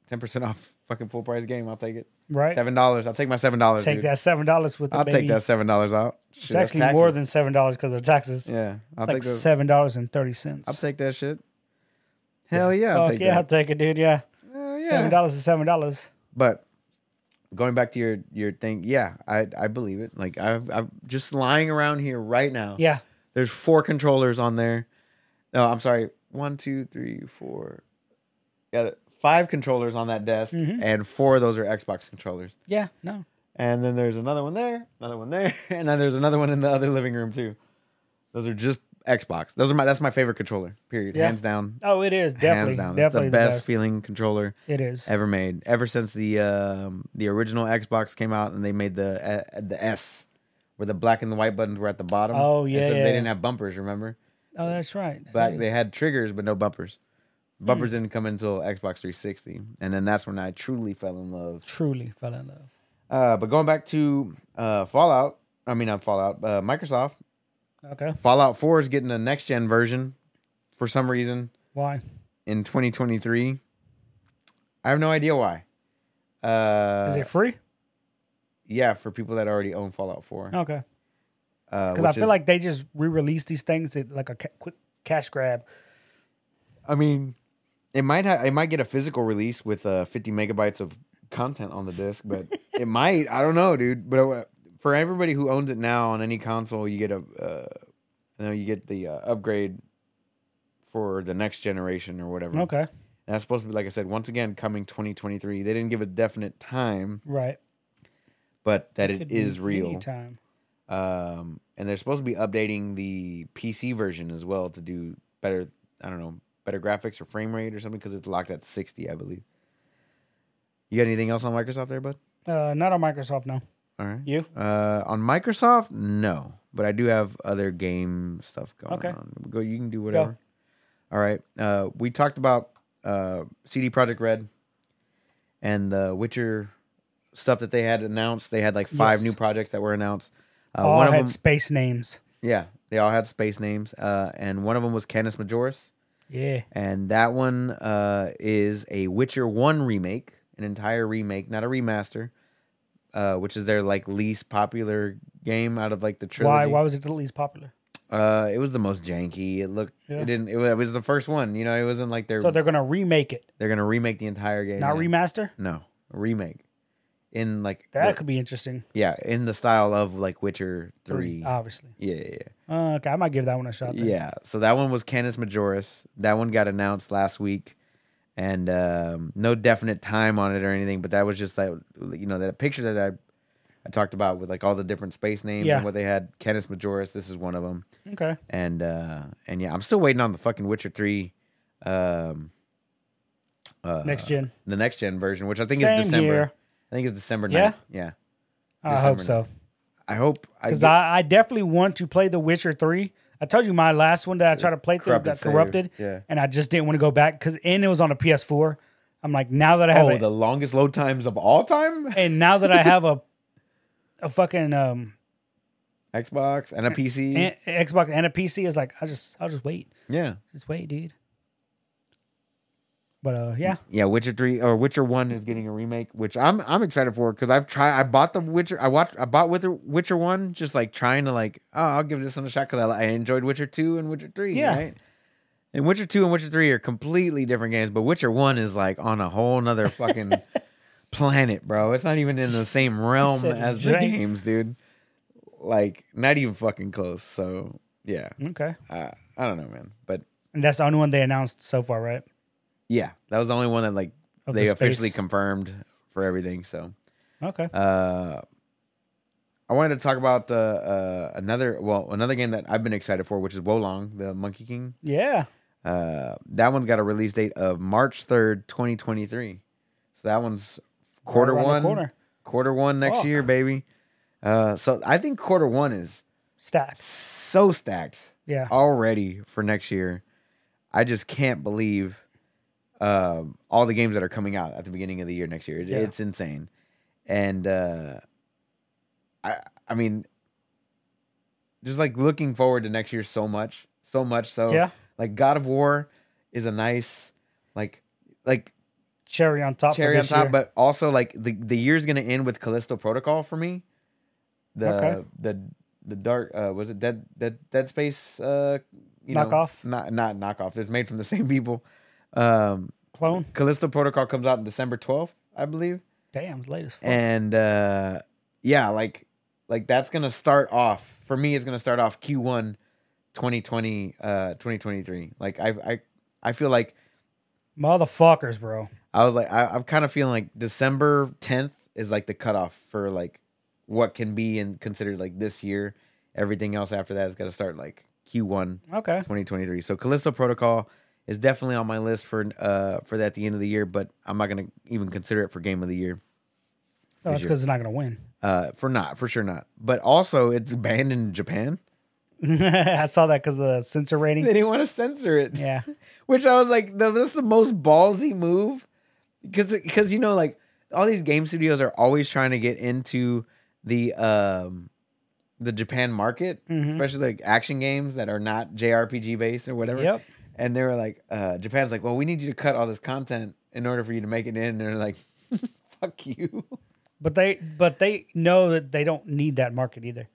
Speaker 1: ten percent <laughs> off. Fucking full price game. I'll take it.
Speaker 2: Right.
Speaker 1: Seven dollars. I'll take my seven dollars.
Speaker 2: Take that seven dollars with the
Speaker 1: I'll
Speaker 2: baby.
Speaker 1: take that seven dollars out. Shit,
Speaker 2: It's actually more than seven dollars because of taxes.
Speaker 1: Yeah, I'll
Speaker 2: it's
Speaker 1: take
Speaker 2: like
Speaker 1: those-
Speaker 2: seven dollars and thirty cents.
Speaker 1: I'll take that shit. Hell yeah, I'll take
Speaker 2: yeah, I'll
Speaker 1: that.
Speaker 2: take it, dude. Yeah,
Speaker 1: Hell yeah.
Speaker 2: seven dollars is seven dollars.
Speaker 1: But going back to your your thing, yeah, I I believe it. Like I I'm just lying around here right now.
Speaker 2: Yeah,
Speaker 1: There's four controllers on there. No, I'm sorry. One, two, three, four. Yeah, th- five controllers on that desk, and four of those are Xbox controllers.
Speaker 2: Mm-hmm. yeah, no,
Speaker 1: And then there's another one there, another one there, <laughs> and then there's another one in the other living room too. Those are just Xbox. Those are my that's my favorite controller. Period.
Speaker 2: Yeah.
Speaker 1: Hands down.
Speaker 2: oh, it is
Speaker 1: hands
Speaker 2: definitely,
Speaker 1: down. It's
Speaker 2: definitely
Speaker 1: the best, feeling controller
Speaker 2: It is.
Speaker 1: ever made. Ever since the um, the original Xbox came out and they made the uh, the S, where the black and the white buttons were at the bottom.
Speaker 2: Oh,
Speaker 1: And so
Speaker 2: yeah, yeah,
Speaker 1: They
Speaker 2: yeah.
Speaker 1: didn't have bumpers. Remember?
Speaker 2: oh, that's right. Hmm.
Speaker 1: back they had triggers but no bumpers bumpers didn't come until xbox 360 and then that's when i truly fell in love
Speaker 2: Truly fell in love.
Speaker 1: uh, but going back to uh, fallout i mean not fallout uh, microsoft
Speaker 2: Okay,
Speaker 1: fallout 4 is getting a next gen version for some reason
Speaker 2: why?
Speaker 1: in 2023 i have no idea why uh,
Speaker 2: Is it free?
Speaker 1: yeah for people that already own fallout uh, 4
Speaker 2: Okay,
Speaker 1: because
Speaker 2: because Oh, I feel like they just re-release these things at like a ca- quick cash grab.
Speaker 1: i mean it might ha- it might get a physical release with uh 50 megabytes of content on the disc
Speaker 2: <laughs>
Speaker 1: but it might i don't know dude but uh, for everybody who owns it now on any console you get a uh you know you get the uh, upgrade for the next generation or whatever and
Speaker 2: Okay,
Speaker 1: that's supposed to be like i said once again coming 2023 they didn't give a definite time
Speaker 2: right.
Speaker 1: but that
Speaker 2: Could
Speaker 1: it
Speaker 2: be
Speaker 1: is real
Speaker 2: Anytime.
Speaker 1: um, and they're supposed to be updating the PC version as well to do better. I don't know, better graphics or frame rate or something because it's locked at sixty, I believe. You got anything else on Microsoft there, bud?
Speaker 2: Uh, not on Microsoft. No,
Speaker 1: All right.
Speaker 2: you.
Speaker 1: Uh, on Microsoft, no, but I do have other game stuff going
Speaker 2: Okay.
Speaker 1: on. Go, you can do whatever. All right. Uh, we talked about uh, CD Project Red and the Witcher stuff that they had announced. They had like five
Speaker 2: Yes.
Speaker 1: new projects that were announced. Uh,
Speaker 2: All
Speaker 1: one of
Speaker 2: had
Speaker 1: them,
Speaker 2: space names.
Speaker 1: yeah, they all had space names, uh, and one of them was Canis Majoris,
Speaker 2: Yeah.
Speaker 1: and that one uh, is a Witcher One remake, an entire remake, not a remaster, uh, which is their like least popular game out of like the
Speaker 2: Why?
Speaker 1: trilogy.
Speaker 2: Why was it the least popular?
Speaker 1: Uh, it was the most janky. It looked,
Speaker 2: Yeah.
Speaker 1: it didn't. It was, it was the first one. You know, it wasn't like they're
Speaker 2: So
Speaker 1: they're,
Speaker 2: they're gonna remake it,
Speaker 1: gonna remake the entire game.
Speaker 2: not
Speaker 1: yeah.
Speaker 2: remaster.
Speaker 1: No, a remake. In like
Speaker 2: That
Speaker 1: the-
Speaker 2: could be interesting.
Speaker 1: yeah, in the style of like Witcher Three.
Speaker 2: Three, uh, obviously.
Speaker 1: yeah, yeah, yeah.
Speaker 2: Uh, okay, I might give that one a shot. Then.
Speaker 1: Yeah. So that one was Canis Majoris. That one got announced last week, and um, no definite time on it or anything. But that was just like you know that picture that I I talked about with like all the different space names
Speaker 2: Yeah.
Speaker 1: and what they had. Canis Majoris. This is one of them.
Speaker 2: Okay.
Speaker 1: And uh, and yeah, I'm still waiting on the fucking Witcher three. Um, uh,
Speaker 2: Next gen.
Speaker 1: the next gen version, which I think
Speaker 2: Same
Speaker 1: is December.
Speaker 2: here.
Speaker 1: I think it's December.
Speaker 2: Yeah?
Speaker 1: 9th. yeah.
Speaker 2: I hope
Speaker 1: December
Speaker 2: so.
Speaker 1: I hope I
Speaker 2: Because
Speaker 1: get-
Speaker 2: I, I definitely want to play The Witcher 3. I told you my last one that I tried to play through
Speaker 1: Corrupted
Speaker 2: got corrupted.
Speaker 1: Savior, yeah.
Speaker 2: And I just didn't want to go back because and it was on a PS4. I'm like, now that I have
Speaker 1: oh
Speaker 2: a,
Speaker 1: the longest load times of all time.
Speaker 2: <laughs> and now
Speaker 1: <laughs>
Speaker 2: that I have a a fucking um
Speaker 1: Xbox and a PC.
Speaker 2: an- Xbox and a PC is like, I just I'll just wait.
Speaker 1: yeah.
Speaker 2: Just wait, dude. But uh yeah.
Speaker 1: Yeah, Witcher three or Witcher one is getting a remake, which I'm I'm excited for because I've tried. I bought the Witcher. I watched. I bought Witcher Witcher one, just like trying to like, oh, I'll give this one a shot because I, I enjoyed Witcher two and Witcher three.
Speaker 2: Yeah.
Speaker 1: Right? And Witcher two and Witcher three are completely different games, but Witcher one is like on a whole <laughs> nother fucking planet, bro. It's not even in the same realm
Speaker 2: said
Speaker 1: as the
Speaker 2: drink.
Speaker 1: games, dude. Like not even fucking close. So yeah,
Speaker 2: Okay.
Speaker 1: I, I don't know, man, but
Speaker 2: And that's the only one they announced so far, right?
Speaker 1: yeah, that was the only one that like
Speaker 2: Of
Speaker 1: they
Speaker 2: the
Speaker 1: officially
Speaker 2: space.
Speaker 1: confirmed for everything. So
Speaker 2: Okay.
Speaker 1: uh, I wanted to talk about uh, uh, another well another game that I've been excited for, which is Wolong, the Monkey King.
Speaker 2: yeah.
Speaker 1: Uh, that one's got a release date of March third, twenty twenty three. So that one's quarter
Speaker 2: around the
Speaker 1: one,
Speaker 2: corner.
Speaker 1: quarter one next
Speaker 2: Fuck.
Speaker 1: year, baby. Uh, so I think quarter one is
Speaker 2: Stacks.
Speaker 1: so stacked
Speaker 2: Yeah.
Speaker 1: already for next year. I just can't believe um, all the games that are coming out at the beginning of the year next year. It-
Speaker 2: Yeah.
Speaker 1: It's insane, and uh, I I mean, just like looking forward to next year so much, so much. So
Speaker 2: Yeah.
Speaker 1: like God of War is a nice like like
Speaker 2: Cherry on top.
Speaker 1: cherry
Speaker 2: for
Speaker 1: on
Speaker 2: this
Speaker 1: top,
Speaker 2: year.
Speaker 1: but also like the the year's gonna end with Callisto Protocol for me. The
Speaker 2: Okay.
Speaker 1: the the dark uh was it Dead Dead Dead Space uh you know,
Speaker 2: Knockoff?
Speaker 1: Not not knockoff. It's made from the <laughs> same people. Um
Speaker 2: clone.
Speaker 1: Callisto Protocol comes out on December twelfth, I believe.
Speaker 2: Damn, it's late as fuck.
Speaker 1: And uh yeah, like like that's gonna start off for me it's gonna start off Q1 2020 uh 2023. Like I I I feel like
Speaker 2: Motherfuckers, bro.
Speaker 1: I was like, I, I'm kind of feeling like December 10th is like the cutoff for like what can be and considered like this year. Everything else after that has got to start like Q1
Speaker 2: Okay. Oh,
Speaker 1: 2023. So Callisto Protocol is definitely on my list for uh for that at the end of the year, but I'm not gonna even consider it for game of the year.
Speaker 2: Oh, that's
Speaker 1: year.
Speaker 2: because it's not gonna win. <laughs>
Speaker 1: Uh, for not for sure not. But also, it's banned in Japan. <laughs>
Speaker 2: I saw that because the censor
Speaker 1: They <laughs>
Speaker 2: rating.
Speaker 1: didn't want to censor it.
Speaker 2: Yeah.
Speaker 1: which I was like, "Th- this is the most ballsy move, because because you know like all these game studios are always trying to get into the um the Japan market,
Speaker 2: Mhm.
Speaker 1: especially like action games that are not JRPG based or whatever.
Speaker 2: Yep.
Speaker 1: And they were like, uh, Japan's like, well, we need you to cut all this content in order for you to make it in. And they're like, <laughs> fuck you.
Speaker 2: But they but they know that they don't need that market either.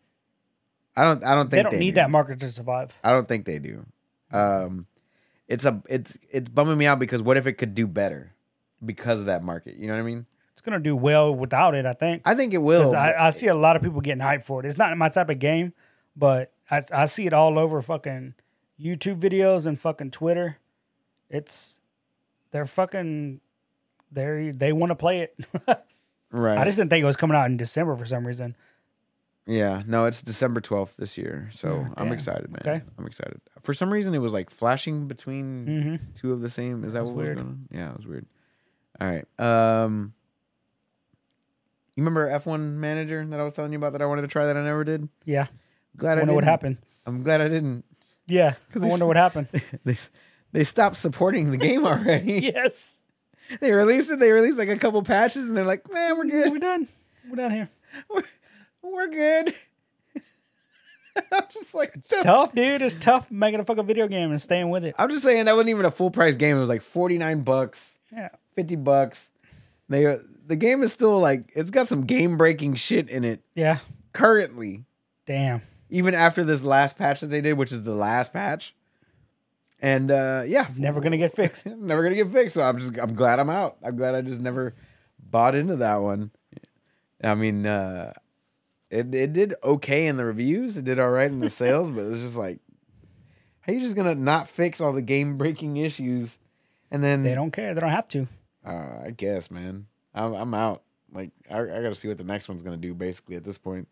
Speaker 1: I don't. I don't
Speaker 2: They
Speaker 1: think
Speaker 2: don't
Speaker 1: they
Speaker 2: need
Speaker 1: do.
Speaker 2: that market to survive.
Speaker 1: I don't think they do. Um, it's a it's it's bumming me out because what if it could do better because of that market? You know what I mean?
Speaker 2: It's gonna do well without it, I think.
Speaker 1: I think it will.
Speaker 2: 'Cause I, I see a lot of people getting hyped for it. It's not my type of game, but I, I see it all over fucking YouTube videos and fucking Twitter. It's they're fucking they they want to play it. <laughs>
Speaker 1: right.
Speaker 2: I just didn't think it was coming out in December for some reason.
Speaker 1: yeah. No, it's December 12th this year. So
Speaker 2: Oh,
Speaker 1: I'm
Speaker 2: damn.
Speaker 1: excited, man.
Speaker 2: Okay.
Speaker 1: I'm excited. For some reason, it was like flashing between
Speaker 2: hmm
Speaker 1: two of the same. Is that
Speaker 2: That's
Speaker 1: what
Speaker 2: weird.
Speaker 1: was going on? Yeah, it was weird. All right. Um, you remember F1 Manager that I was telling you about that I wanted to try that I never did?
Speaker 2: Yeah,
Speaker 1: Glad I
Speaker 2: wonder what
Speaker 1: didn't.
Speaker 2: happened.
Speaker 1: I'm glad I didn't. <laughs>
Speaker 2: Yeah, I
Speaker 1: 'Cause they
Speaker 2: wonder
Speaker 1: s- <laughs>
Speaker 2: what happened.
Speaker 1: they s- they stopped supporting the
Speaker 2: <laughs>
Speaker 1: game already.
Speaker 2: yes,
Speaker 1: They released it. They released like a couple patches, and they're like,
Speaker 2: <laughs>
Speaker 1: "Man, we're good.
Speaker 2: we're done. We're done here.
Speaker 1: We're, we're good." <laughs> I'm just like,
Speaker 2: It's tough, dude. It's tough making a fucking video game and staying with it.
Speaker 1: I'm just saying that wasn't even a full price game. It was like 49 bucks,
Speaker 2: Yeah,
Speaker 1: 50 bucks. They uh, the game is still like it's got some game breaking shit in it
Speaker 2: yeah.
Speaker 1: currently,
Speaker 2: Damn.
Speaker 1: even after this last patch that they did, which is the last patch. And uh yeah,
Speaker 2: Never gonna get
Speaker 1: <laughs>
Speaker 2: fixed.
Speaker 1: never gonna get fixed. So I'm just I'm glad I'm out. I'm glad I just never bought into that one. I mean, uh it it did okay in the reviews. It did all right in the sales, but it's just like, how you just gonna not fix all the game breaking issues, and then
Speaker 2: They don't care. They don't have to.
Speaker 1: Uh, I guess, man, I'm I'm out. Like I, I gotta see what the next one's gonna do. Basically, at this
Speaker 2: <laughs>
Speaker 1: point.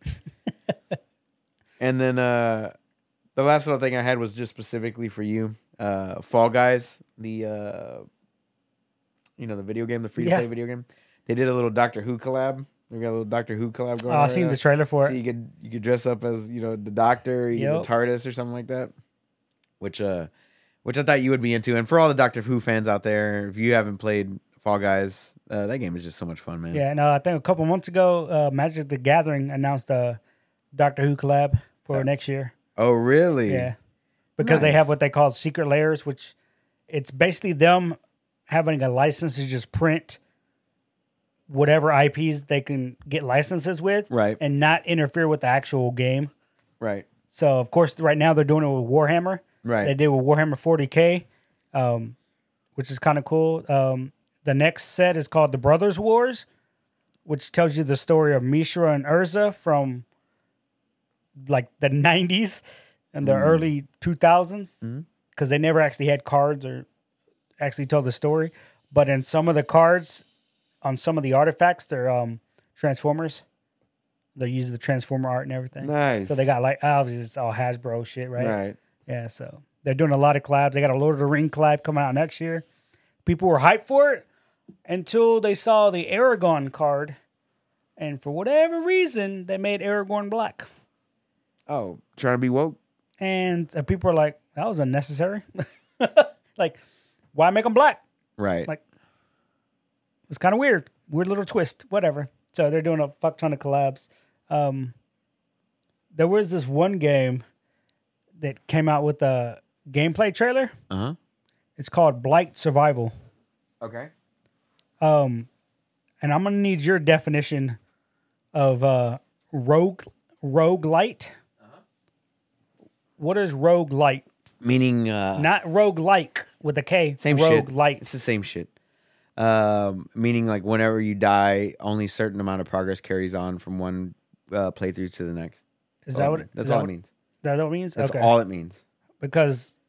Speaker 1: and then uh, the last little thing I had was just specifically for you, uh, Fall Guys, the uh, you know the video game, the free to play
Speaker 2: Yeah.
Speaker 1: video game. They did a little Doctor Who collab. They got a little Doctor Who collab going.
Speaker 2: Oh,
Speaker 1: on
Speaker 2: I
Speaker 1: right
Speaker 2: seen
Speaker 1: now.
Speaker 2: the trailer for
Speaker 1: So you
Speaker 2: it.
Speaker 1: could you could dress up as you know the Doctor, you know, the
Speaker 2: Yep.
Speaker 1: TARDIS, or something like that. Which uh, which I thought you would be into. And for all the Doctor Who fans out there, if you haven't played Fall Guys, uh, that game is just so much fun, man.
Speaker 2: Yeah, no, I think a couple months ago, uh, Magic the Gathering announced a Doctor Who collab for next year.
Speaker 1: Oh really?
Speaker 2: Yeah, because they
Speaker 1: Nice.
Speaker 2: have what they call secret layers, which it's basically them having a license to just print whatever IPs they can get licenses with,
Speaker 1: Right.
Speaker 2: and not interfere with the actual game.
Speaker 1: Right.
Speaker 2: So of course, right now they're doing it with Warhammer.
Speaker 1: Right.
Speaker 2: They did with Warhammer 40k, um, which is kind of cool. Um, the next set is called the Brothers Wars, which tells you the story of Mishra and Urza from like the <laughs> 90s and the early 2000s, because they never actually had cards or actually told the story. But in some of the cards, on some of the artifacts, they're um, Transformers. They use the Transformer art and everything.
Speaker 3: Nice.
Speaker 2: So they got like obviously it's all Hasbro shit, right?
Speaker 3: right.
Speaker 2: Yeah. So they're doing a lot of collabs. They got a Lord of the Ring collab coming out next year. People were hyped for it until they saw the Aragon card, and for whatever reason, they made Aragorn black.
Speaker 3: Oh, trying to be woke.
Speaker 2: And uh, people are like, that was unnecessary. <laughs> like, why make them black?
Speaker 1: Right.
Speaker 2: Like- It's kind of weird. Weird little twist, whatever. So they're doing a fuck ton of collabs. Um, there was this one game that came out with a gameplay trailer.
Speaker 1: uh huh.
Speaker 2: It's called Blight Survival.
Speaker 1: Okay.
Speaker 2: Um, and I'm gonna need your definition of uh, rogue rogue light. What is rogue light?
Speaker 1: Meaning, uh,
Speaker 2: Not rogue like with a K.
Speaker 1: same
Speaker 2: rogue
Speaker 1: shit. It's
Speaker 2: light.
Speaker 1: the same shit. Um, meaning like whenever you die, only certain amount of progress carries on from one uh, playthrough to the next. Oh,
Speaker 2: Is that what? is
Speaker 1: That's
Speaker 2: that
Speaker 1: all
Speaker 2: what-
Speaker 1: it means.
Speaker 2: That's what it means.
Speaker 1: That's
Speaker 2: okay.
Speaker 1: all it means.
Speaker 2: because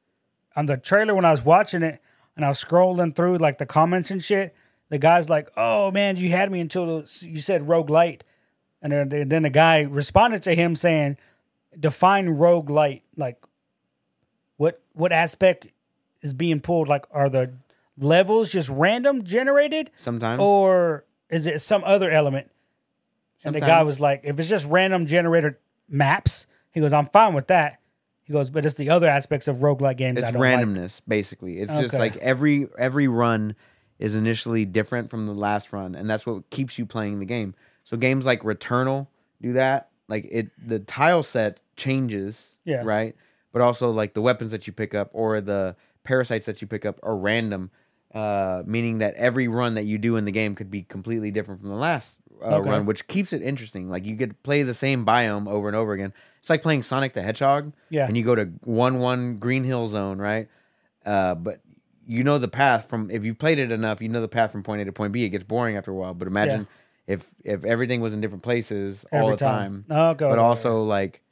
Speaker 2: on the trailer when I was watching it and I was scrolling through like the comments and shit, the guy's like, "Oh man, you had me until you said rogue light," and then, then the guy responded to him saying, "Define rogue light. Like, what what aspect is being pulled? Like, are the levels just random generated,
Speaker 1: Sometimes.
Speaker 2: Oh, or is it some other element?" And the guy
Speaker 1: Sometimes.
Speaker 2: was like, if it's just random generated maps, he goes, I'm fine with that. He goes, but it's the other aspects of roguelike games
Speaker 1: it's
Speaker 2: I don't random. like.
Speaker 1: randomness basically it's just
Speaker 2: Okay.
Speaker 1: like every every run is initially different from the last run and that's what keeps you playing the game so games like returnal do that like it the tile set changes
Speaker 2: Yeah.
Speaker 1: right but also like the weapons that you pick up or the parasites that you pick up are random uh, meaning that every run that you do in the game could be completely different from the last uh,
Speaker 2: Okay.
Speaker 1: run which keeps it interesting like you could play the same biome over and over again it's like playing sonic the hedgehog
Speaker 2: Yeah.
Speaker 1: and you go to one one Green Hill Zone, right? Uh, but you know the path from if you've played it enough, you know the path from point A to point B. It gets boring after a while. But imagine if if everything was in different places all
Speaker 2: Every
Speaker 1: the time,
Speaker 2: time. Oh, go,
Speaker 1: but
Speaker 2: go,
Speaker 1: also like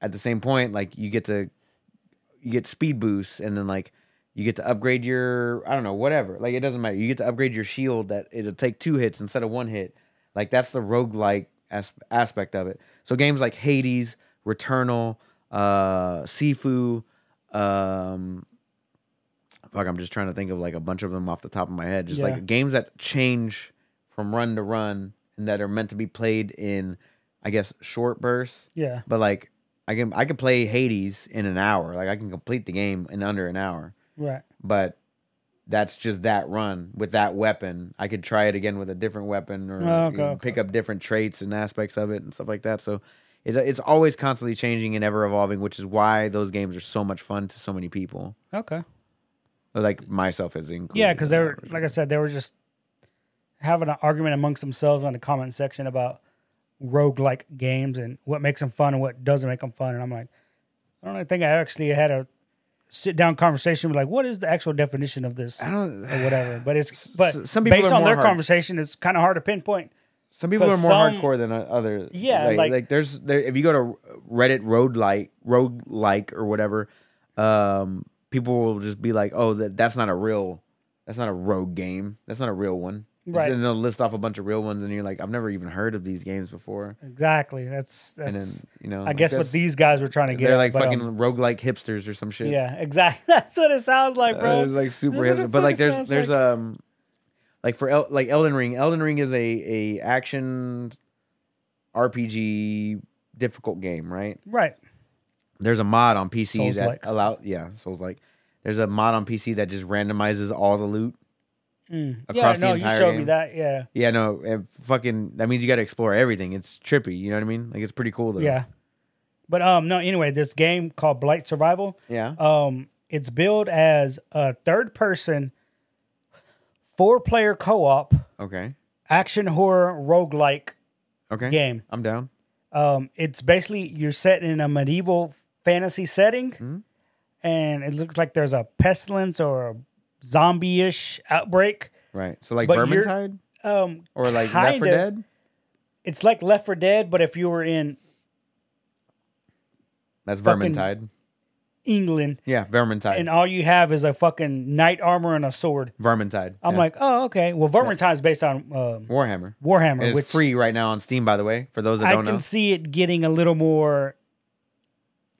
Speaker 1: at the same point, like you get to you get speed boosts, and then like you get to upgrade your I don't know whatever. Like it doesn't matter. You get to upgrade your shield that it'll take two hits instead of one hit. Like that's the roguelike as- aspect of it. So games like Hades, Returnal, uh, Sifu, um, fuck, I'm just trying to think of like a bunch of them off the top of my head. Just
Speaker 2: Yeah.
Speaker 1: like games that change from run to run and that are meant to be played in, I guess, short bursts.
Speaker 2: Yeah.
Speaker 1: But like, I can I can play Hades in an hour. Like I can complete the game in under an hour.
Speaker 2: Right.
Speaker 1: But that's just that run with that weapon. I could try it again with a different weapon or
Speaker 2: Oh,
Speaker 1: you know,
Speaker 2: okay,
Speaker 1: pick up different traits and aspects of it and stuff like that. So it's it's always constantly changing and ever evolving, which is why those games are so much fun to so many people.
Speaker 2: Okay.
Speaker 1: Like myself as included.
Speaker 2: Yeah, because they were, like I said, they were just having an argument amongst themselves on the comment section about roguelike games and what makes them fun and what doesn't make them fun. And I'm like, I don't think I actually had a sit down conversation with like, what is the actual definition of this
Speaker 1: I don't.
Speaker 2: or whatever? But it's but
Speaker 1: s- some people
Speaker 2: based
Speaker 1: are
Speaker 2: on
Speaker 1: more
Speaker 2: their
Speaker 1: hard.
Speaker 2: conversation, it's kind of hard to pinpoint.
Speaker 1: Some people are
Speaker 2: 'Cause
Speaker 1: more
Speaker 2: some-
Speaker 1: hardcore than o- others.
Speaker 2: Yeah,
Speaker 1: like,
Speaker 2: like-
Speaker 1: like, there's there. If you go to Reddit road like road like or whatever, um, people will just be like, "Oh, that that's not a real, that's not a rogue game. That's not a real one." It's-
Speaker 2: Right.
Speaker 1: And they'll list off a bunch of real ones, and you're like, "I've never even heard of these games before."
Speaker 2: Exactly. That's that's.
Speaker 1: And then you know,
Speaker 2: I guess what
Speaker 1: that's-
Speaker 2: these guys were trying to get.
Speaker 1: they're
Speaker 2: at,
Speaker 1: like
Speaker 2: but,
Speaker 1: fucking
Speaker 2: um,
Speaker 1: rogue like hipsters or some shit.
Speaker 2: yeah, exactly. <laughs> That's what it sounds like,
Speaker 1: Uh,
Speaker 2: bro.
Speaker 1: There's like super
Speaker 2: That's what
Speaker 1: hipster,
Speaker 2: it
Speaker 1: but like
Speaker 2: fucking
Speaker 1: there's
Speaker 2: sounds
Speaker 1: there's um like for El- like Elden Ring. Elden Ring is a a action RPG difficult game, right?
Speaker 2: right.
Speaker 1: There's a mod on PC that
Speaker 2: Souls-like.
Speaker 1: allow yeah souls like. There's a mod on PC that just randomizes all the loot.
Speaker 2: Mm.
Speaker 1: across the
Speaker 2: yeah, no,
Speaker 1: entire
Speaker 2: you showed me
Speaker 1: game.
Speaker 2: that. Yeah,
Speaker 1: Yeah, no, it fucking that means you got to explore everything. It's trippy, you know what I mean? Like it's pretty cool though.
Speaker 2: yeah. But um, no. Anyway, this game called Blight Survival.
Speaker 1: yeah.
Speaker 2: Um, it's billed as a third-person, four-player co-op
Speaker 1: Okay,
Speaker 2: action horror roguelike
Speaker 1: okay.
Speaker 2: game.
Speaker 1: I'm down.
Speaker 2: Um, it's basically you're set in a medieval fantasy setting,
Speaker 1: Mhm.
Speaker 2: and it looks like there's a pestilence or a zombie-ish outbreak.
Speaker 1: Right. So like
Speaker 2: But you're-
Speaker 1: Vermintide
Speaker 2: Um,
Speaker 1: or like Left
Speaker 2: kind
Speaker 1: 4
Speaker 2: of.
Speaker 1: Dead.
Speaker 2: it's like Left for Dead, but if you were in
Speaker 1: That's
Speaker 2: fucking-
Speaker 1: Vermintide.
Speaker 2: England,
Speaker 1: Yeah, Vermintide.
Speaker 2: and all you have is a fucking knight armor and a sword.
Speaker 1: Vermintide.
Speaker 2: I'm
Speaker 1: yeah.
Speaker 2: like, oh, okay. Well, Vermintide's based on um,
Speaker 1: Warhammer.
Speaker 2: Warhammer,
Speaker 1: It's
Speaker 2: which
Speaker 1: free right now on Steam, by the way, for those that
Speaker 2: I
Speaker 1: don't
Speaker 2: can
Speaker 1: know.
Speaker 2: see it getting a little more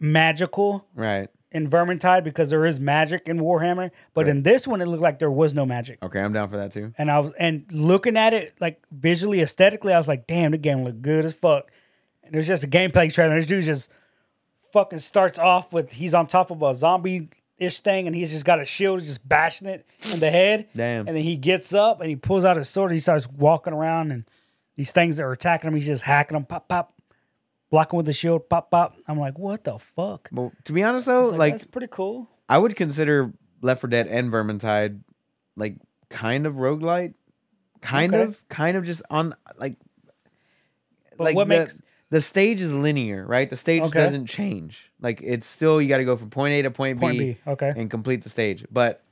Speaker 2: magical
Speaker 1: Right.
Speaker 2: in Vermintide because there is magic in Warhammer. But in this one, it looked like there was no magic.
Speaker 1: Okay, I'm down for that too.
Speaker 2: And I was and looking at it like visually, aesthetically, I was like, damn, the game looked good as fuck. And there's just a gameplay trailer. This dude just fucking starts off with he's on top of a zombie ish thing and he's just got a shield just bashing it in the head.
Speaker 1: Damn.
Speaker 2: And then he gets up and he pulls out his sword and he starts walking around and these things that are attacking him, he's just hacking them, pop, pop, blocking with the shield, pop, pop. I'm like, what the fuck?
Speaker 1: But to be honest though,
Speaker 2: It's
Speaker 1: like,
Speaker 2: Like, that's pretty cool.
Speaker 1: I would consider Left 4 Dead and Vermintide like kind of roguelite. Kind
Speaker 2: Okay.
Speaker 1: of, kind of just on like
Speaker 2: But
Speaker 1: like
Speaker 2: what
Speaker 1: the,
Speaker 2: makes
Speaker 1: the stage is linear, right? The stage
Speaker 2: Okay.
Speaker 1: doesn't change. Like it's still you got to go from point A to point,
Speaker 2: point B? Okay.
Speaker 1: and complete the stage. But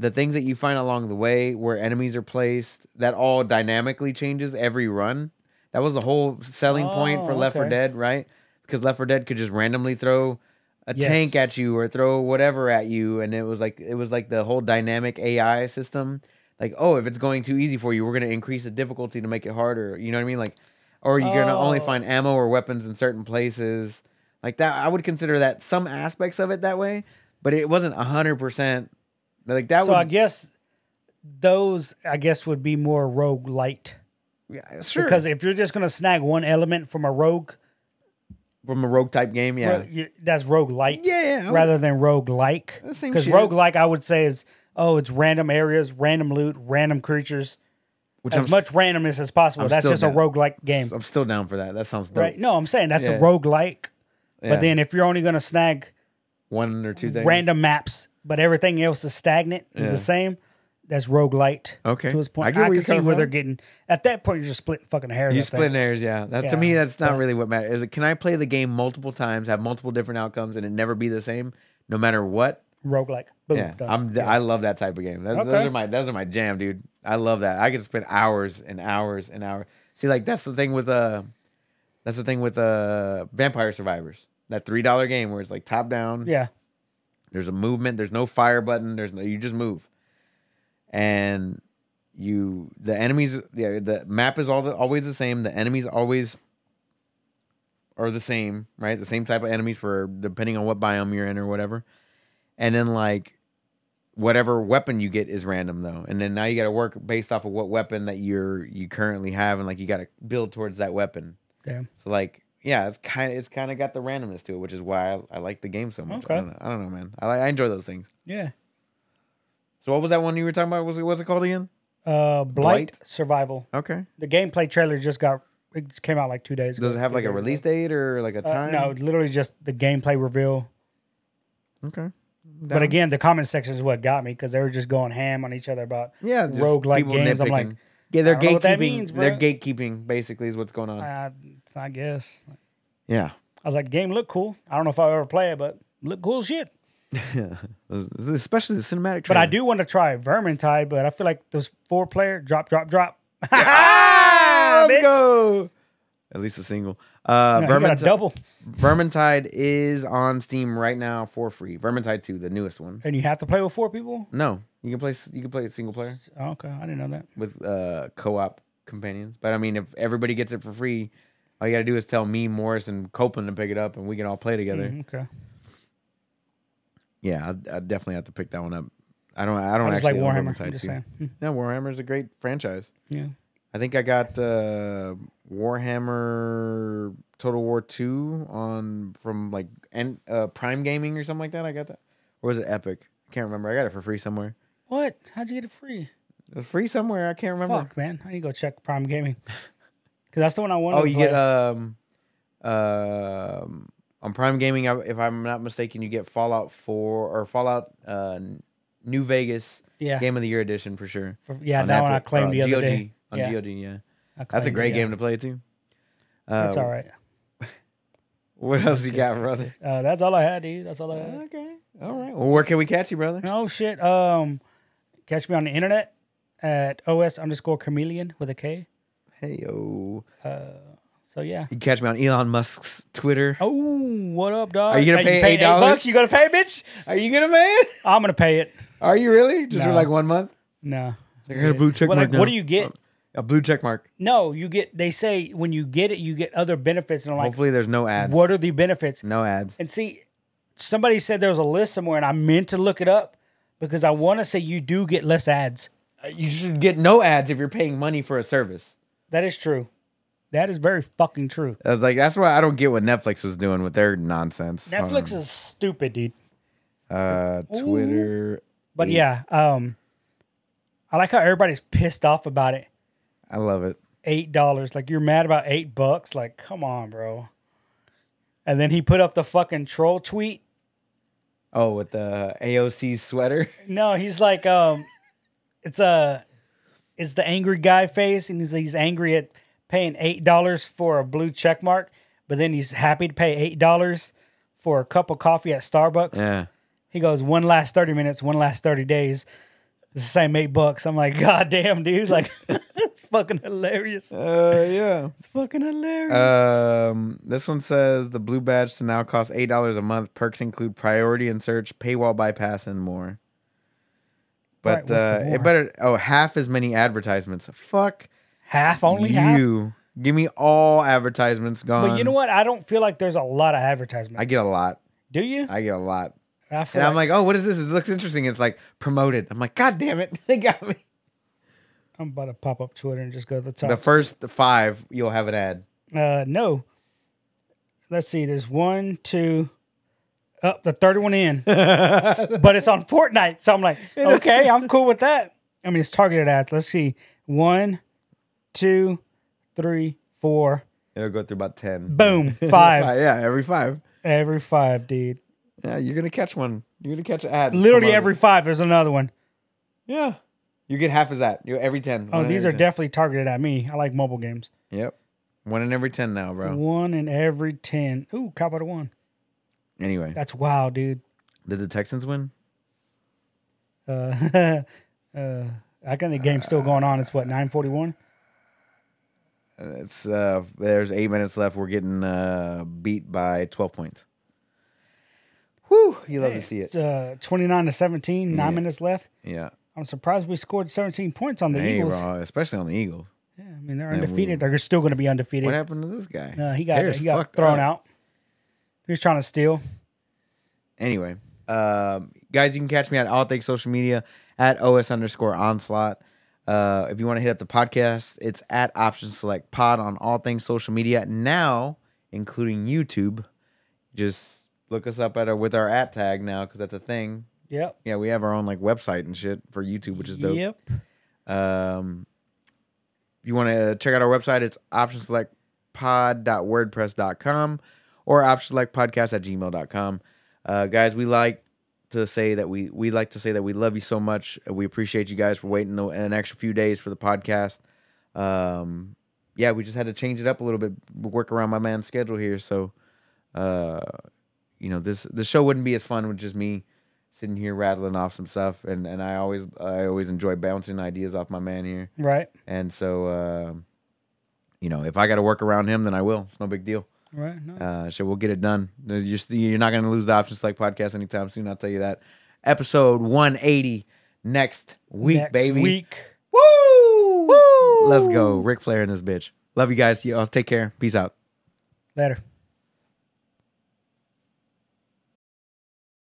Speaker 1: the things that you find along the way, where enemies are placed, that all dynamically changes every run. That was the whole selling point for
Speaker 2: Oh,
Speaker 1: Left 4
Speaker 2: okay.
Speaker 1: Dead, right? Because Left 4 Dead could just randomly throw a
Speaker 2: Yes.
Speaker 1: tank at you or throw whatever at you, and it was like it was like the whole dynamic AI system. Like, oh, if it's going too easy for you, we're gonna increase the difficulty to make it harder. You know what I mean? Like, or you're gonna only
Speaker 2: Oh.
Speaker 1: find ammo or weapons in certain places. Like that, I would consider that some aspects of it that way, but it wasn't hundred percent. Like that
Speaker 2: So I
Speaker 1: would
Speaker 2: guess those I guess would be more rogue light.
Speaker 1: yeah, sure
Speaker 2: Because if you're just gonna snag one element from a rogue,
Speaker 1: from a rogue type game, yeah,
Speaker 2: ro- you- that's rogue light.
Speaker 1: yeah, yeah. I would-
Speaker 2: Rather than rogue like.
Speaker 1: The same
Speaker 2: Because
Speaker 1: shit.
Speaker 2: rogue like I would say is oh, it's random areas, random loot, random creatures.
Speaker 1: which
Speaker 2: As
Speaker 1: I'm,
Speaker 2: much randomness as possible.
Speaker 1: I'm
Speaker 2: that's
Speaker 1: still
Speaker 2: just a
Speaker 1: down.
Speaker 2: rogue like game.
Speaker 1: s- I'm still down for that. That sounds dope.
Speaker 2: right. No, I'm saying that's
Speaker 1: Yeah.
Speaker 2: a rogue like.
Speaker 1: Yeah.
Speaker 2: But then if you're only gonna snag
Speaker 1: one or two things.
Speaker 2: random maps, but everything else is stagnant and
Speaker 1: Yeah.
Speaker 2: the same. That's roguelite.
Speaker 1: Okay.
Speaker 2: To his point.
Speaker 1: I
Speaker 2: I,
Speaker 1: get where
Speaker 2: can
Speaker 1: you're
Speaker 2: see
Speaker 1: coming
Speaker 2: where
Speaker 1: from.
Speaker 2: they're getting at that point you're just splitting fucking hairs.
Speaker 1: You
Speaker 2: I think.
Speaker 1: split hairs, yeah. That to me,
Speaker 2: Yeah,
Speaker 1: that's not
Speaker 2: but-
Speaker 1: really what matters. Is it, can I play the game multiple times, have multiple different outcomes, and it never be the same, no matter what?
Speaker 2: roguelike. Boom.
Speaker 1: Yeah,
Speaker 2: done.
Speaker 1: I'm. I love that type of game. That's, Those
Speaker 2: Okay.
Speaker 1: are my. Those are my jam, dude. I love that. I could spend hours and hours and hours. See, like that's the thing with uh, that's the thing with uh, Vampire Survivors. That three dollar game where it's like top down.
Speaker 2: yeah.
Speaker 1: There's a movement. There's no fire button. There's no. You just move, and you the enemies. The, the map is all the, always the same. The enemies always are the same, right? The same type of enemies for depending on what biome you're in or whatever. And then like whatever weapon you get is random though. And then now you got to work based off of what weapon that you're you currently have, and like you got to build towards that weapon.
Speaker 2: Damn.
Speaker 1: So like, yeah, it's kind of it's kind of got the randomness to it, which is why I, I like the game so much.
Speaker 2: Okay.
Speaker 1: I, don't know, I don't know, man. I like, I enjoy those things.
Speaker 2: Yeah.
Speaker 1: So what was that one you were talking about? Was it what's it called again?
Speaker 2: Uh, Blight,
Speaker 1: Blight?
Speaker 2: Survival.
Speaker 1: Okay.
Speaker 2: The gameplay trailer just got it just came out like two days ago.
Speaker 1: Does it have
Speaker 2: three
Speaker 1: like a
Speaker 2: days ago.
Speaker 1: release date or like a
Speaker 2: Uh,
Speaker 1: time?
Speaker 2: no, literally just the gameplay reveal.
Speaker 1: Okay.
Speaker 2: But again, the comment section is what got me because they were just going ham on each other about
Speaker 1: yeah, just
Speaker 2: roguelike
Speaker 1: people
Speaker 2: games, I'm like,
Speaker 1: nitpicking. yeah, they're
Speaker 2: I don't know
Speaker 1: gatekeeping.
Speaker 2: what that means,
Speaker 1: they're
Speaker 2: bro.
Speaker 1: gatekeeping. Basically, is what's going on.
Speaker 2: uh, it's- I guess.
Speaker 1: yeah.
Speaker 2: I was like, the game looked cool. I don't know if I'll ever play it, but look cool as shit.
Speaker 1: Especially the cinematic. Trailer.
Speaker 2: But I do <laughs> want to try Vermintide, but I feel like those four player drop, drop, drop. <laughs>
Speaker 1: Ah,
Speaker 2: bitch.
Speaker 1: let's go. At least a single. Uh,
Speaker 2: No, you got
Speaker 1: Vermintide,
Speaker 2: a double,
Speaker 1: Vermintide is on Steam right now for free. Vermintide two, the newest one.
Speaker 2: and you have to play with four people.
Speaker 1: No, you can play. You can play it single player
Speaker 2: Oh, okay, I didn't know that.
Speaker 1: with uh, co-op companions. But I mean, if everybody gets it for free, all you got to do is tell me, Morris, and Copeland to pick it up, and we can all play together.
Speaker 2: Mm, okay,
Speaker 1: Yeah, I, I definitely have to pick that one up. I don't. I don't
Speaker 2: I just like
Speaker 1: actually own
Speaker 2: Warhammer. I'm
Speaker 1: Vermintide
Speaker 2: just
Speaker 1: 2.
Speaker 2: saying. Mm,
Speaker 1: Yeah, Warhammer's a great franchise.
Speaker 2: Yeah.
Speaker 1: I think I got uh, Warhammer Total War Two on from like and uh, Prime Gaming or something like that. I got that, or was it Epic? I can't remember. I got it for free somewhere.
Speaker 2: What? How'd you get it free?
Speaker 1: It was free somewhere. I can't remember.
Speaker 2: Fuck, man. I need to go check Prime Gaming <laughs> because that's the one I wanted.
Speaker 1: Oh,
Speaker 2: to
Speaker 1: you
Speaker 2: play.
Speaker 1: get um, um, on Prime Gaming. I- If I'm not mistaken, you get Fallout Four or Fallout uh, New Vegas
Speaker 2: yeah,
Speaker 1: Game of the Year edition for sure.
Speaker 2: for- yeah.
Speaker 1: on
Speaker 2: That one
Speaker 1: Apple- uh,
Speaker 2: I claimed
Speaker 1: or
Speaker 2: the other
Speaker 1: GOG,
Speaker 2: day.
Speaker 1: On
Speaker 2: Yeah.
Speaker 1: GOG, yeah.
Speaker 2: I
Speaker 1: That's a
Speaker 2: claimed it,
Speaker 1: great
Speaker 2: yeah.
Speaker 1: game to play too. Uh,
Speaker 2: That's all right.
Speaker 1: What else
Speaker 2: <laughs>
Speaker 1: you got, brother?
Speaker 2: Uh, that's all I had, dude. That's all I had.
Speaker 1: Okay. All right. Well, where can we catch you, brother?
Speaker 2: Oh shit. Um, catch me on the internet at os underscore chameleon with a K.
Speaker 1: Hey, yo.
Speaker 2: Uh, So yeah.
Speaker 1: You can catch me on Elon Musk's Twitter.
Speaker 2: Oh, what up, dog?
Speaker 1: Are you gonna
Speaker 2: Hey,
Speaker 1: pay
Speaker 2: paid
Speaker 1: eight dollars?
Speaker 2: bucks? You gonna pay, bitch?
Speaker 1: Are you gonna pay it?
Speaker 2: I'm gonna pay it.
Speaker 1: <laughs> Are you really? Just for
Speaker 2: No.
Speaker 1: like one month?
Speaker 2: No.
Speaker 1: I got a blue check
Speaker 2: Well,
Speaker 1: mark. Oh.
Speaker 2: like, what do you get?
Speaker 1: A blue check mark.
Speaker 2: No, you get. They say when you get it, you get other benefits, and I'm like,
Speaker 1: Hopefully, there's no ads.
Speaker 2: what are the benefits?
Speaker 1: No ads.
Speaker 2: And see, somebody said there was a list somewhere, and I meant to look it up because I want to say you do get less ads.
Speaker 1: You should get no ads if you're paying money for a service.
Speaker 2: That is true. That is very fucking true.
Speaker 1: I was like, that's why I don't get what Netflix was doing with their nonsense.
Speaker 2: Netflix is stupid, dude.
Speaker 1: uh, Twitter.
Speaker 2: But yeah, um, I like how everybody's pissed off about it.
Speaker 1: I love it.
Speaker 2: Eight dollars, like you're mad about eight bucks. Like, come on, bro. And then he put up the fucking troll tweet.
Speaker 1: Oh, with the AOC sweater.
Speaker 2: No, he's like, um, it's a, it's the angry guy face, and he's he's angry at paying eight dollars for a blue check mark, but then he's happy to pay eight dollars for a cup of coffee at Starbucks.
Speaker 1: Yeah.
Speaker 2: He goes, one last 30 minutes, one last 30 days. It's the same eight bucks. I'm like, God damn, dude. Like, <laughs> it's fucking hilarious.
Speaker 1: Uh, yeah.
Speaker 2: It's fucking hilarious.
Speaker 1: Um, this one says the blue badge to now cost eight dollars a month. Perks include priority and search, paywall bypass, and more. But
Speaker 2: Right, what's the
Speaker 1: uh,
Speaker 2: more?
Speaker 1: it better oh half as many advertisements. Fuck
Speaker 2: half, only half.
Speaker 1: you. Give me all advertisements gone.
Speaker 2: But you know what? I don't feel like there's a lot of advertisement.
Speaker 1: I get a lot.
Speaker 2: Do you?
Speaker 1: I get a lot.
Speaker 2: I, feel
Speaker 1: And I'm like, oh, what is this? It looks interesting. It's like promoted. I'm like, god damn it, <laughs> they got me.
Speaker 2: I'm about to pop up Twitter and just go to the top.
Speaker 1: The first five, you'll have an ad.
Speaker 2: Uh, no. Let's see. There's one, two. Up the third one in, but it's on Fortnite, so I'm like, okay, I'm cool with that. I mean, it's targeted ads. Let's see, one, two, three, four,
Speaker 1: It'll go through about ten.
Speaker 2: boom, five
Speaker 1: Five, yeah, every five.
Speaker 2: every five, dude.
Speaker 1: Yeah, you're gonna catch one. You're gonna catch an ad.
Speaker 2: Literally
Speaker 1: Promoted.
Speaker 2: every five. There's another one.
Speaker 1: Yeah. You get half of that. You every ten.
Speaker 2: Oh,
Speaker 1: One in
Speaker 2: these are
Speaker 1: every
Speaker 2: definitely targeted at me. I like mobile games.
Speaker 1: ten. Yep. One in every ten now, bro.
Speaker 2: One in every ten. Ooh, cop out of one.
Speaker 1: Anyway,
Speaker 2: That's wow, dude.
Speaker 1: did the Texans win?
Speaker 2: Uh, <laughs> uh, I think the game's still going on. It's what nine forty one.
Speaker 1: It's uh there's eight minutes left. We're getting uh beat by twelve points. Whew, you love to see it.
Speaker 2: It's uh, 29 to 17, nine minutes left.
Speaker 1: Yeah.
Speaker 2: I'm surprised we scored 17 points on the
Speaker 1: Hey,
Speaker 2: Eagles.
Speaker 1: raw, especially on the Eagles.
Speaker 2: Yeah, I mean, they're undefeated. They're still going to be
Speaker 1: What
Speaker 2: undefeated.
Speaker 1: happened to this guy?
Speaker 2: Uh, he got,
Speaker 1: Hair's
Speaker 2: he got
Speaker 1: fucked
Speaker 2: thrown
Speaker 1: up.
Speaker 2: out. He was trying to steal.
Speaker 1: Anyway, um, guys, you can catch me at all things social media at os underscore onslaught. Uh, if you want to hit up the podcast, it's at option select pod on all things social media now, including YouTube. Just look us up at our with our at tag now because that's a thing.
Speaker 2: Yep.
Speaker 1: Yeah, we have our own like website and shit for YouTube, which is dope.
Speaker 2: Yep.
Speaker 1: Um, if you want to check out our website, it's optionselectpod.wordpress.com or optionselectpodcast at gmail.com. Uh, guys, we like to say that we we like to say that we love you so much. We appreciate you guys for waiting the- an extra few days for the podcast. Um, yeah, we just had to change it up a little bit, work around my man's schedule here. So, uh, you know, this the show wouldn't be as fun with just me sitting here rattling off some stuff, and and I always I always enjoy bouncing ideas off my man here.
Speaker 2: Right.
Speaker 1: And so, uh, you know, if I got to work around him, then I will. It's no big deal.
Speaker 2: Right. No.
Speaker 1: Uh, so we'll get it done. You're, st- you're not going to lose the options like podcast anytime soon. I'll tell you that. Episode 180 next week,
Speaker 2: Next
Speaker 1: baby.
Speaker 2: week.
Speaker 1: Woo! Woo! Let's go. Ric Flair and this bitch. Love you guys. Y'all take care. Peace out.
Speaker 2: Later.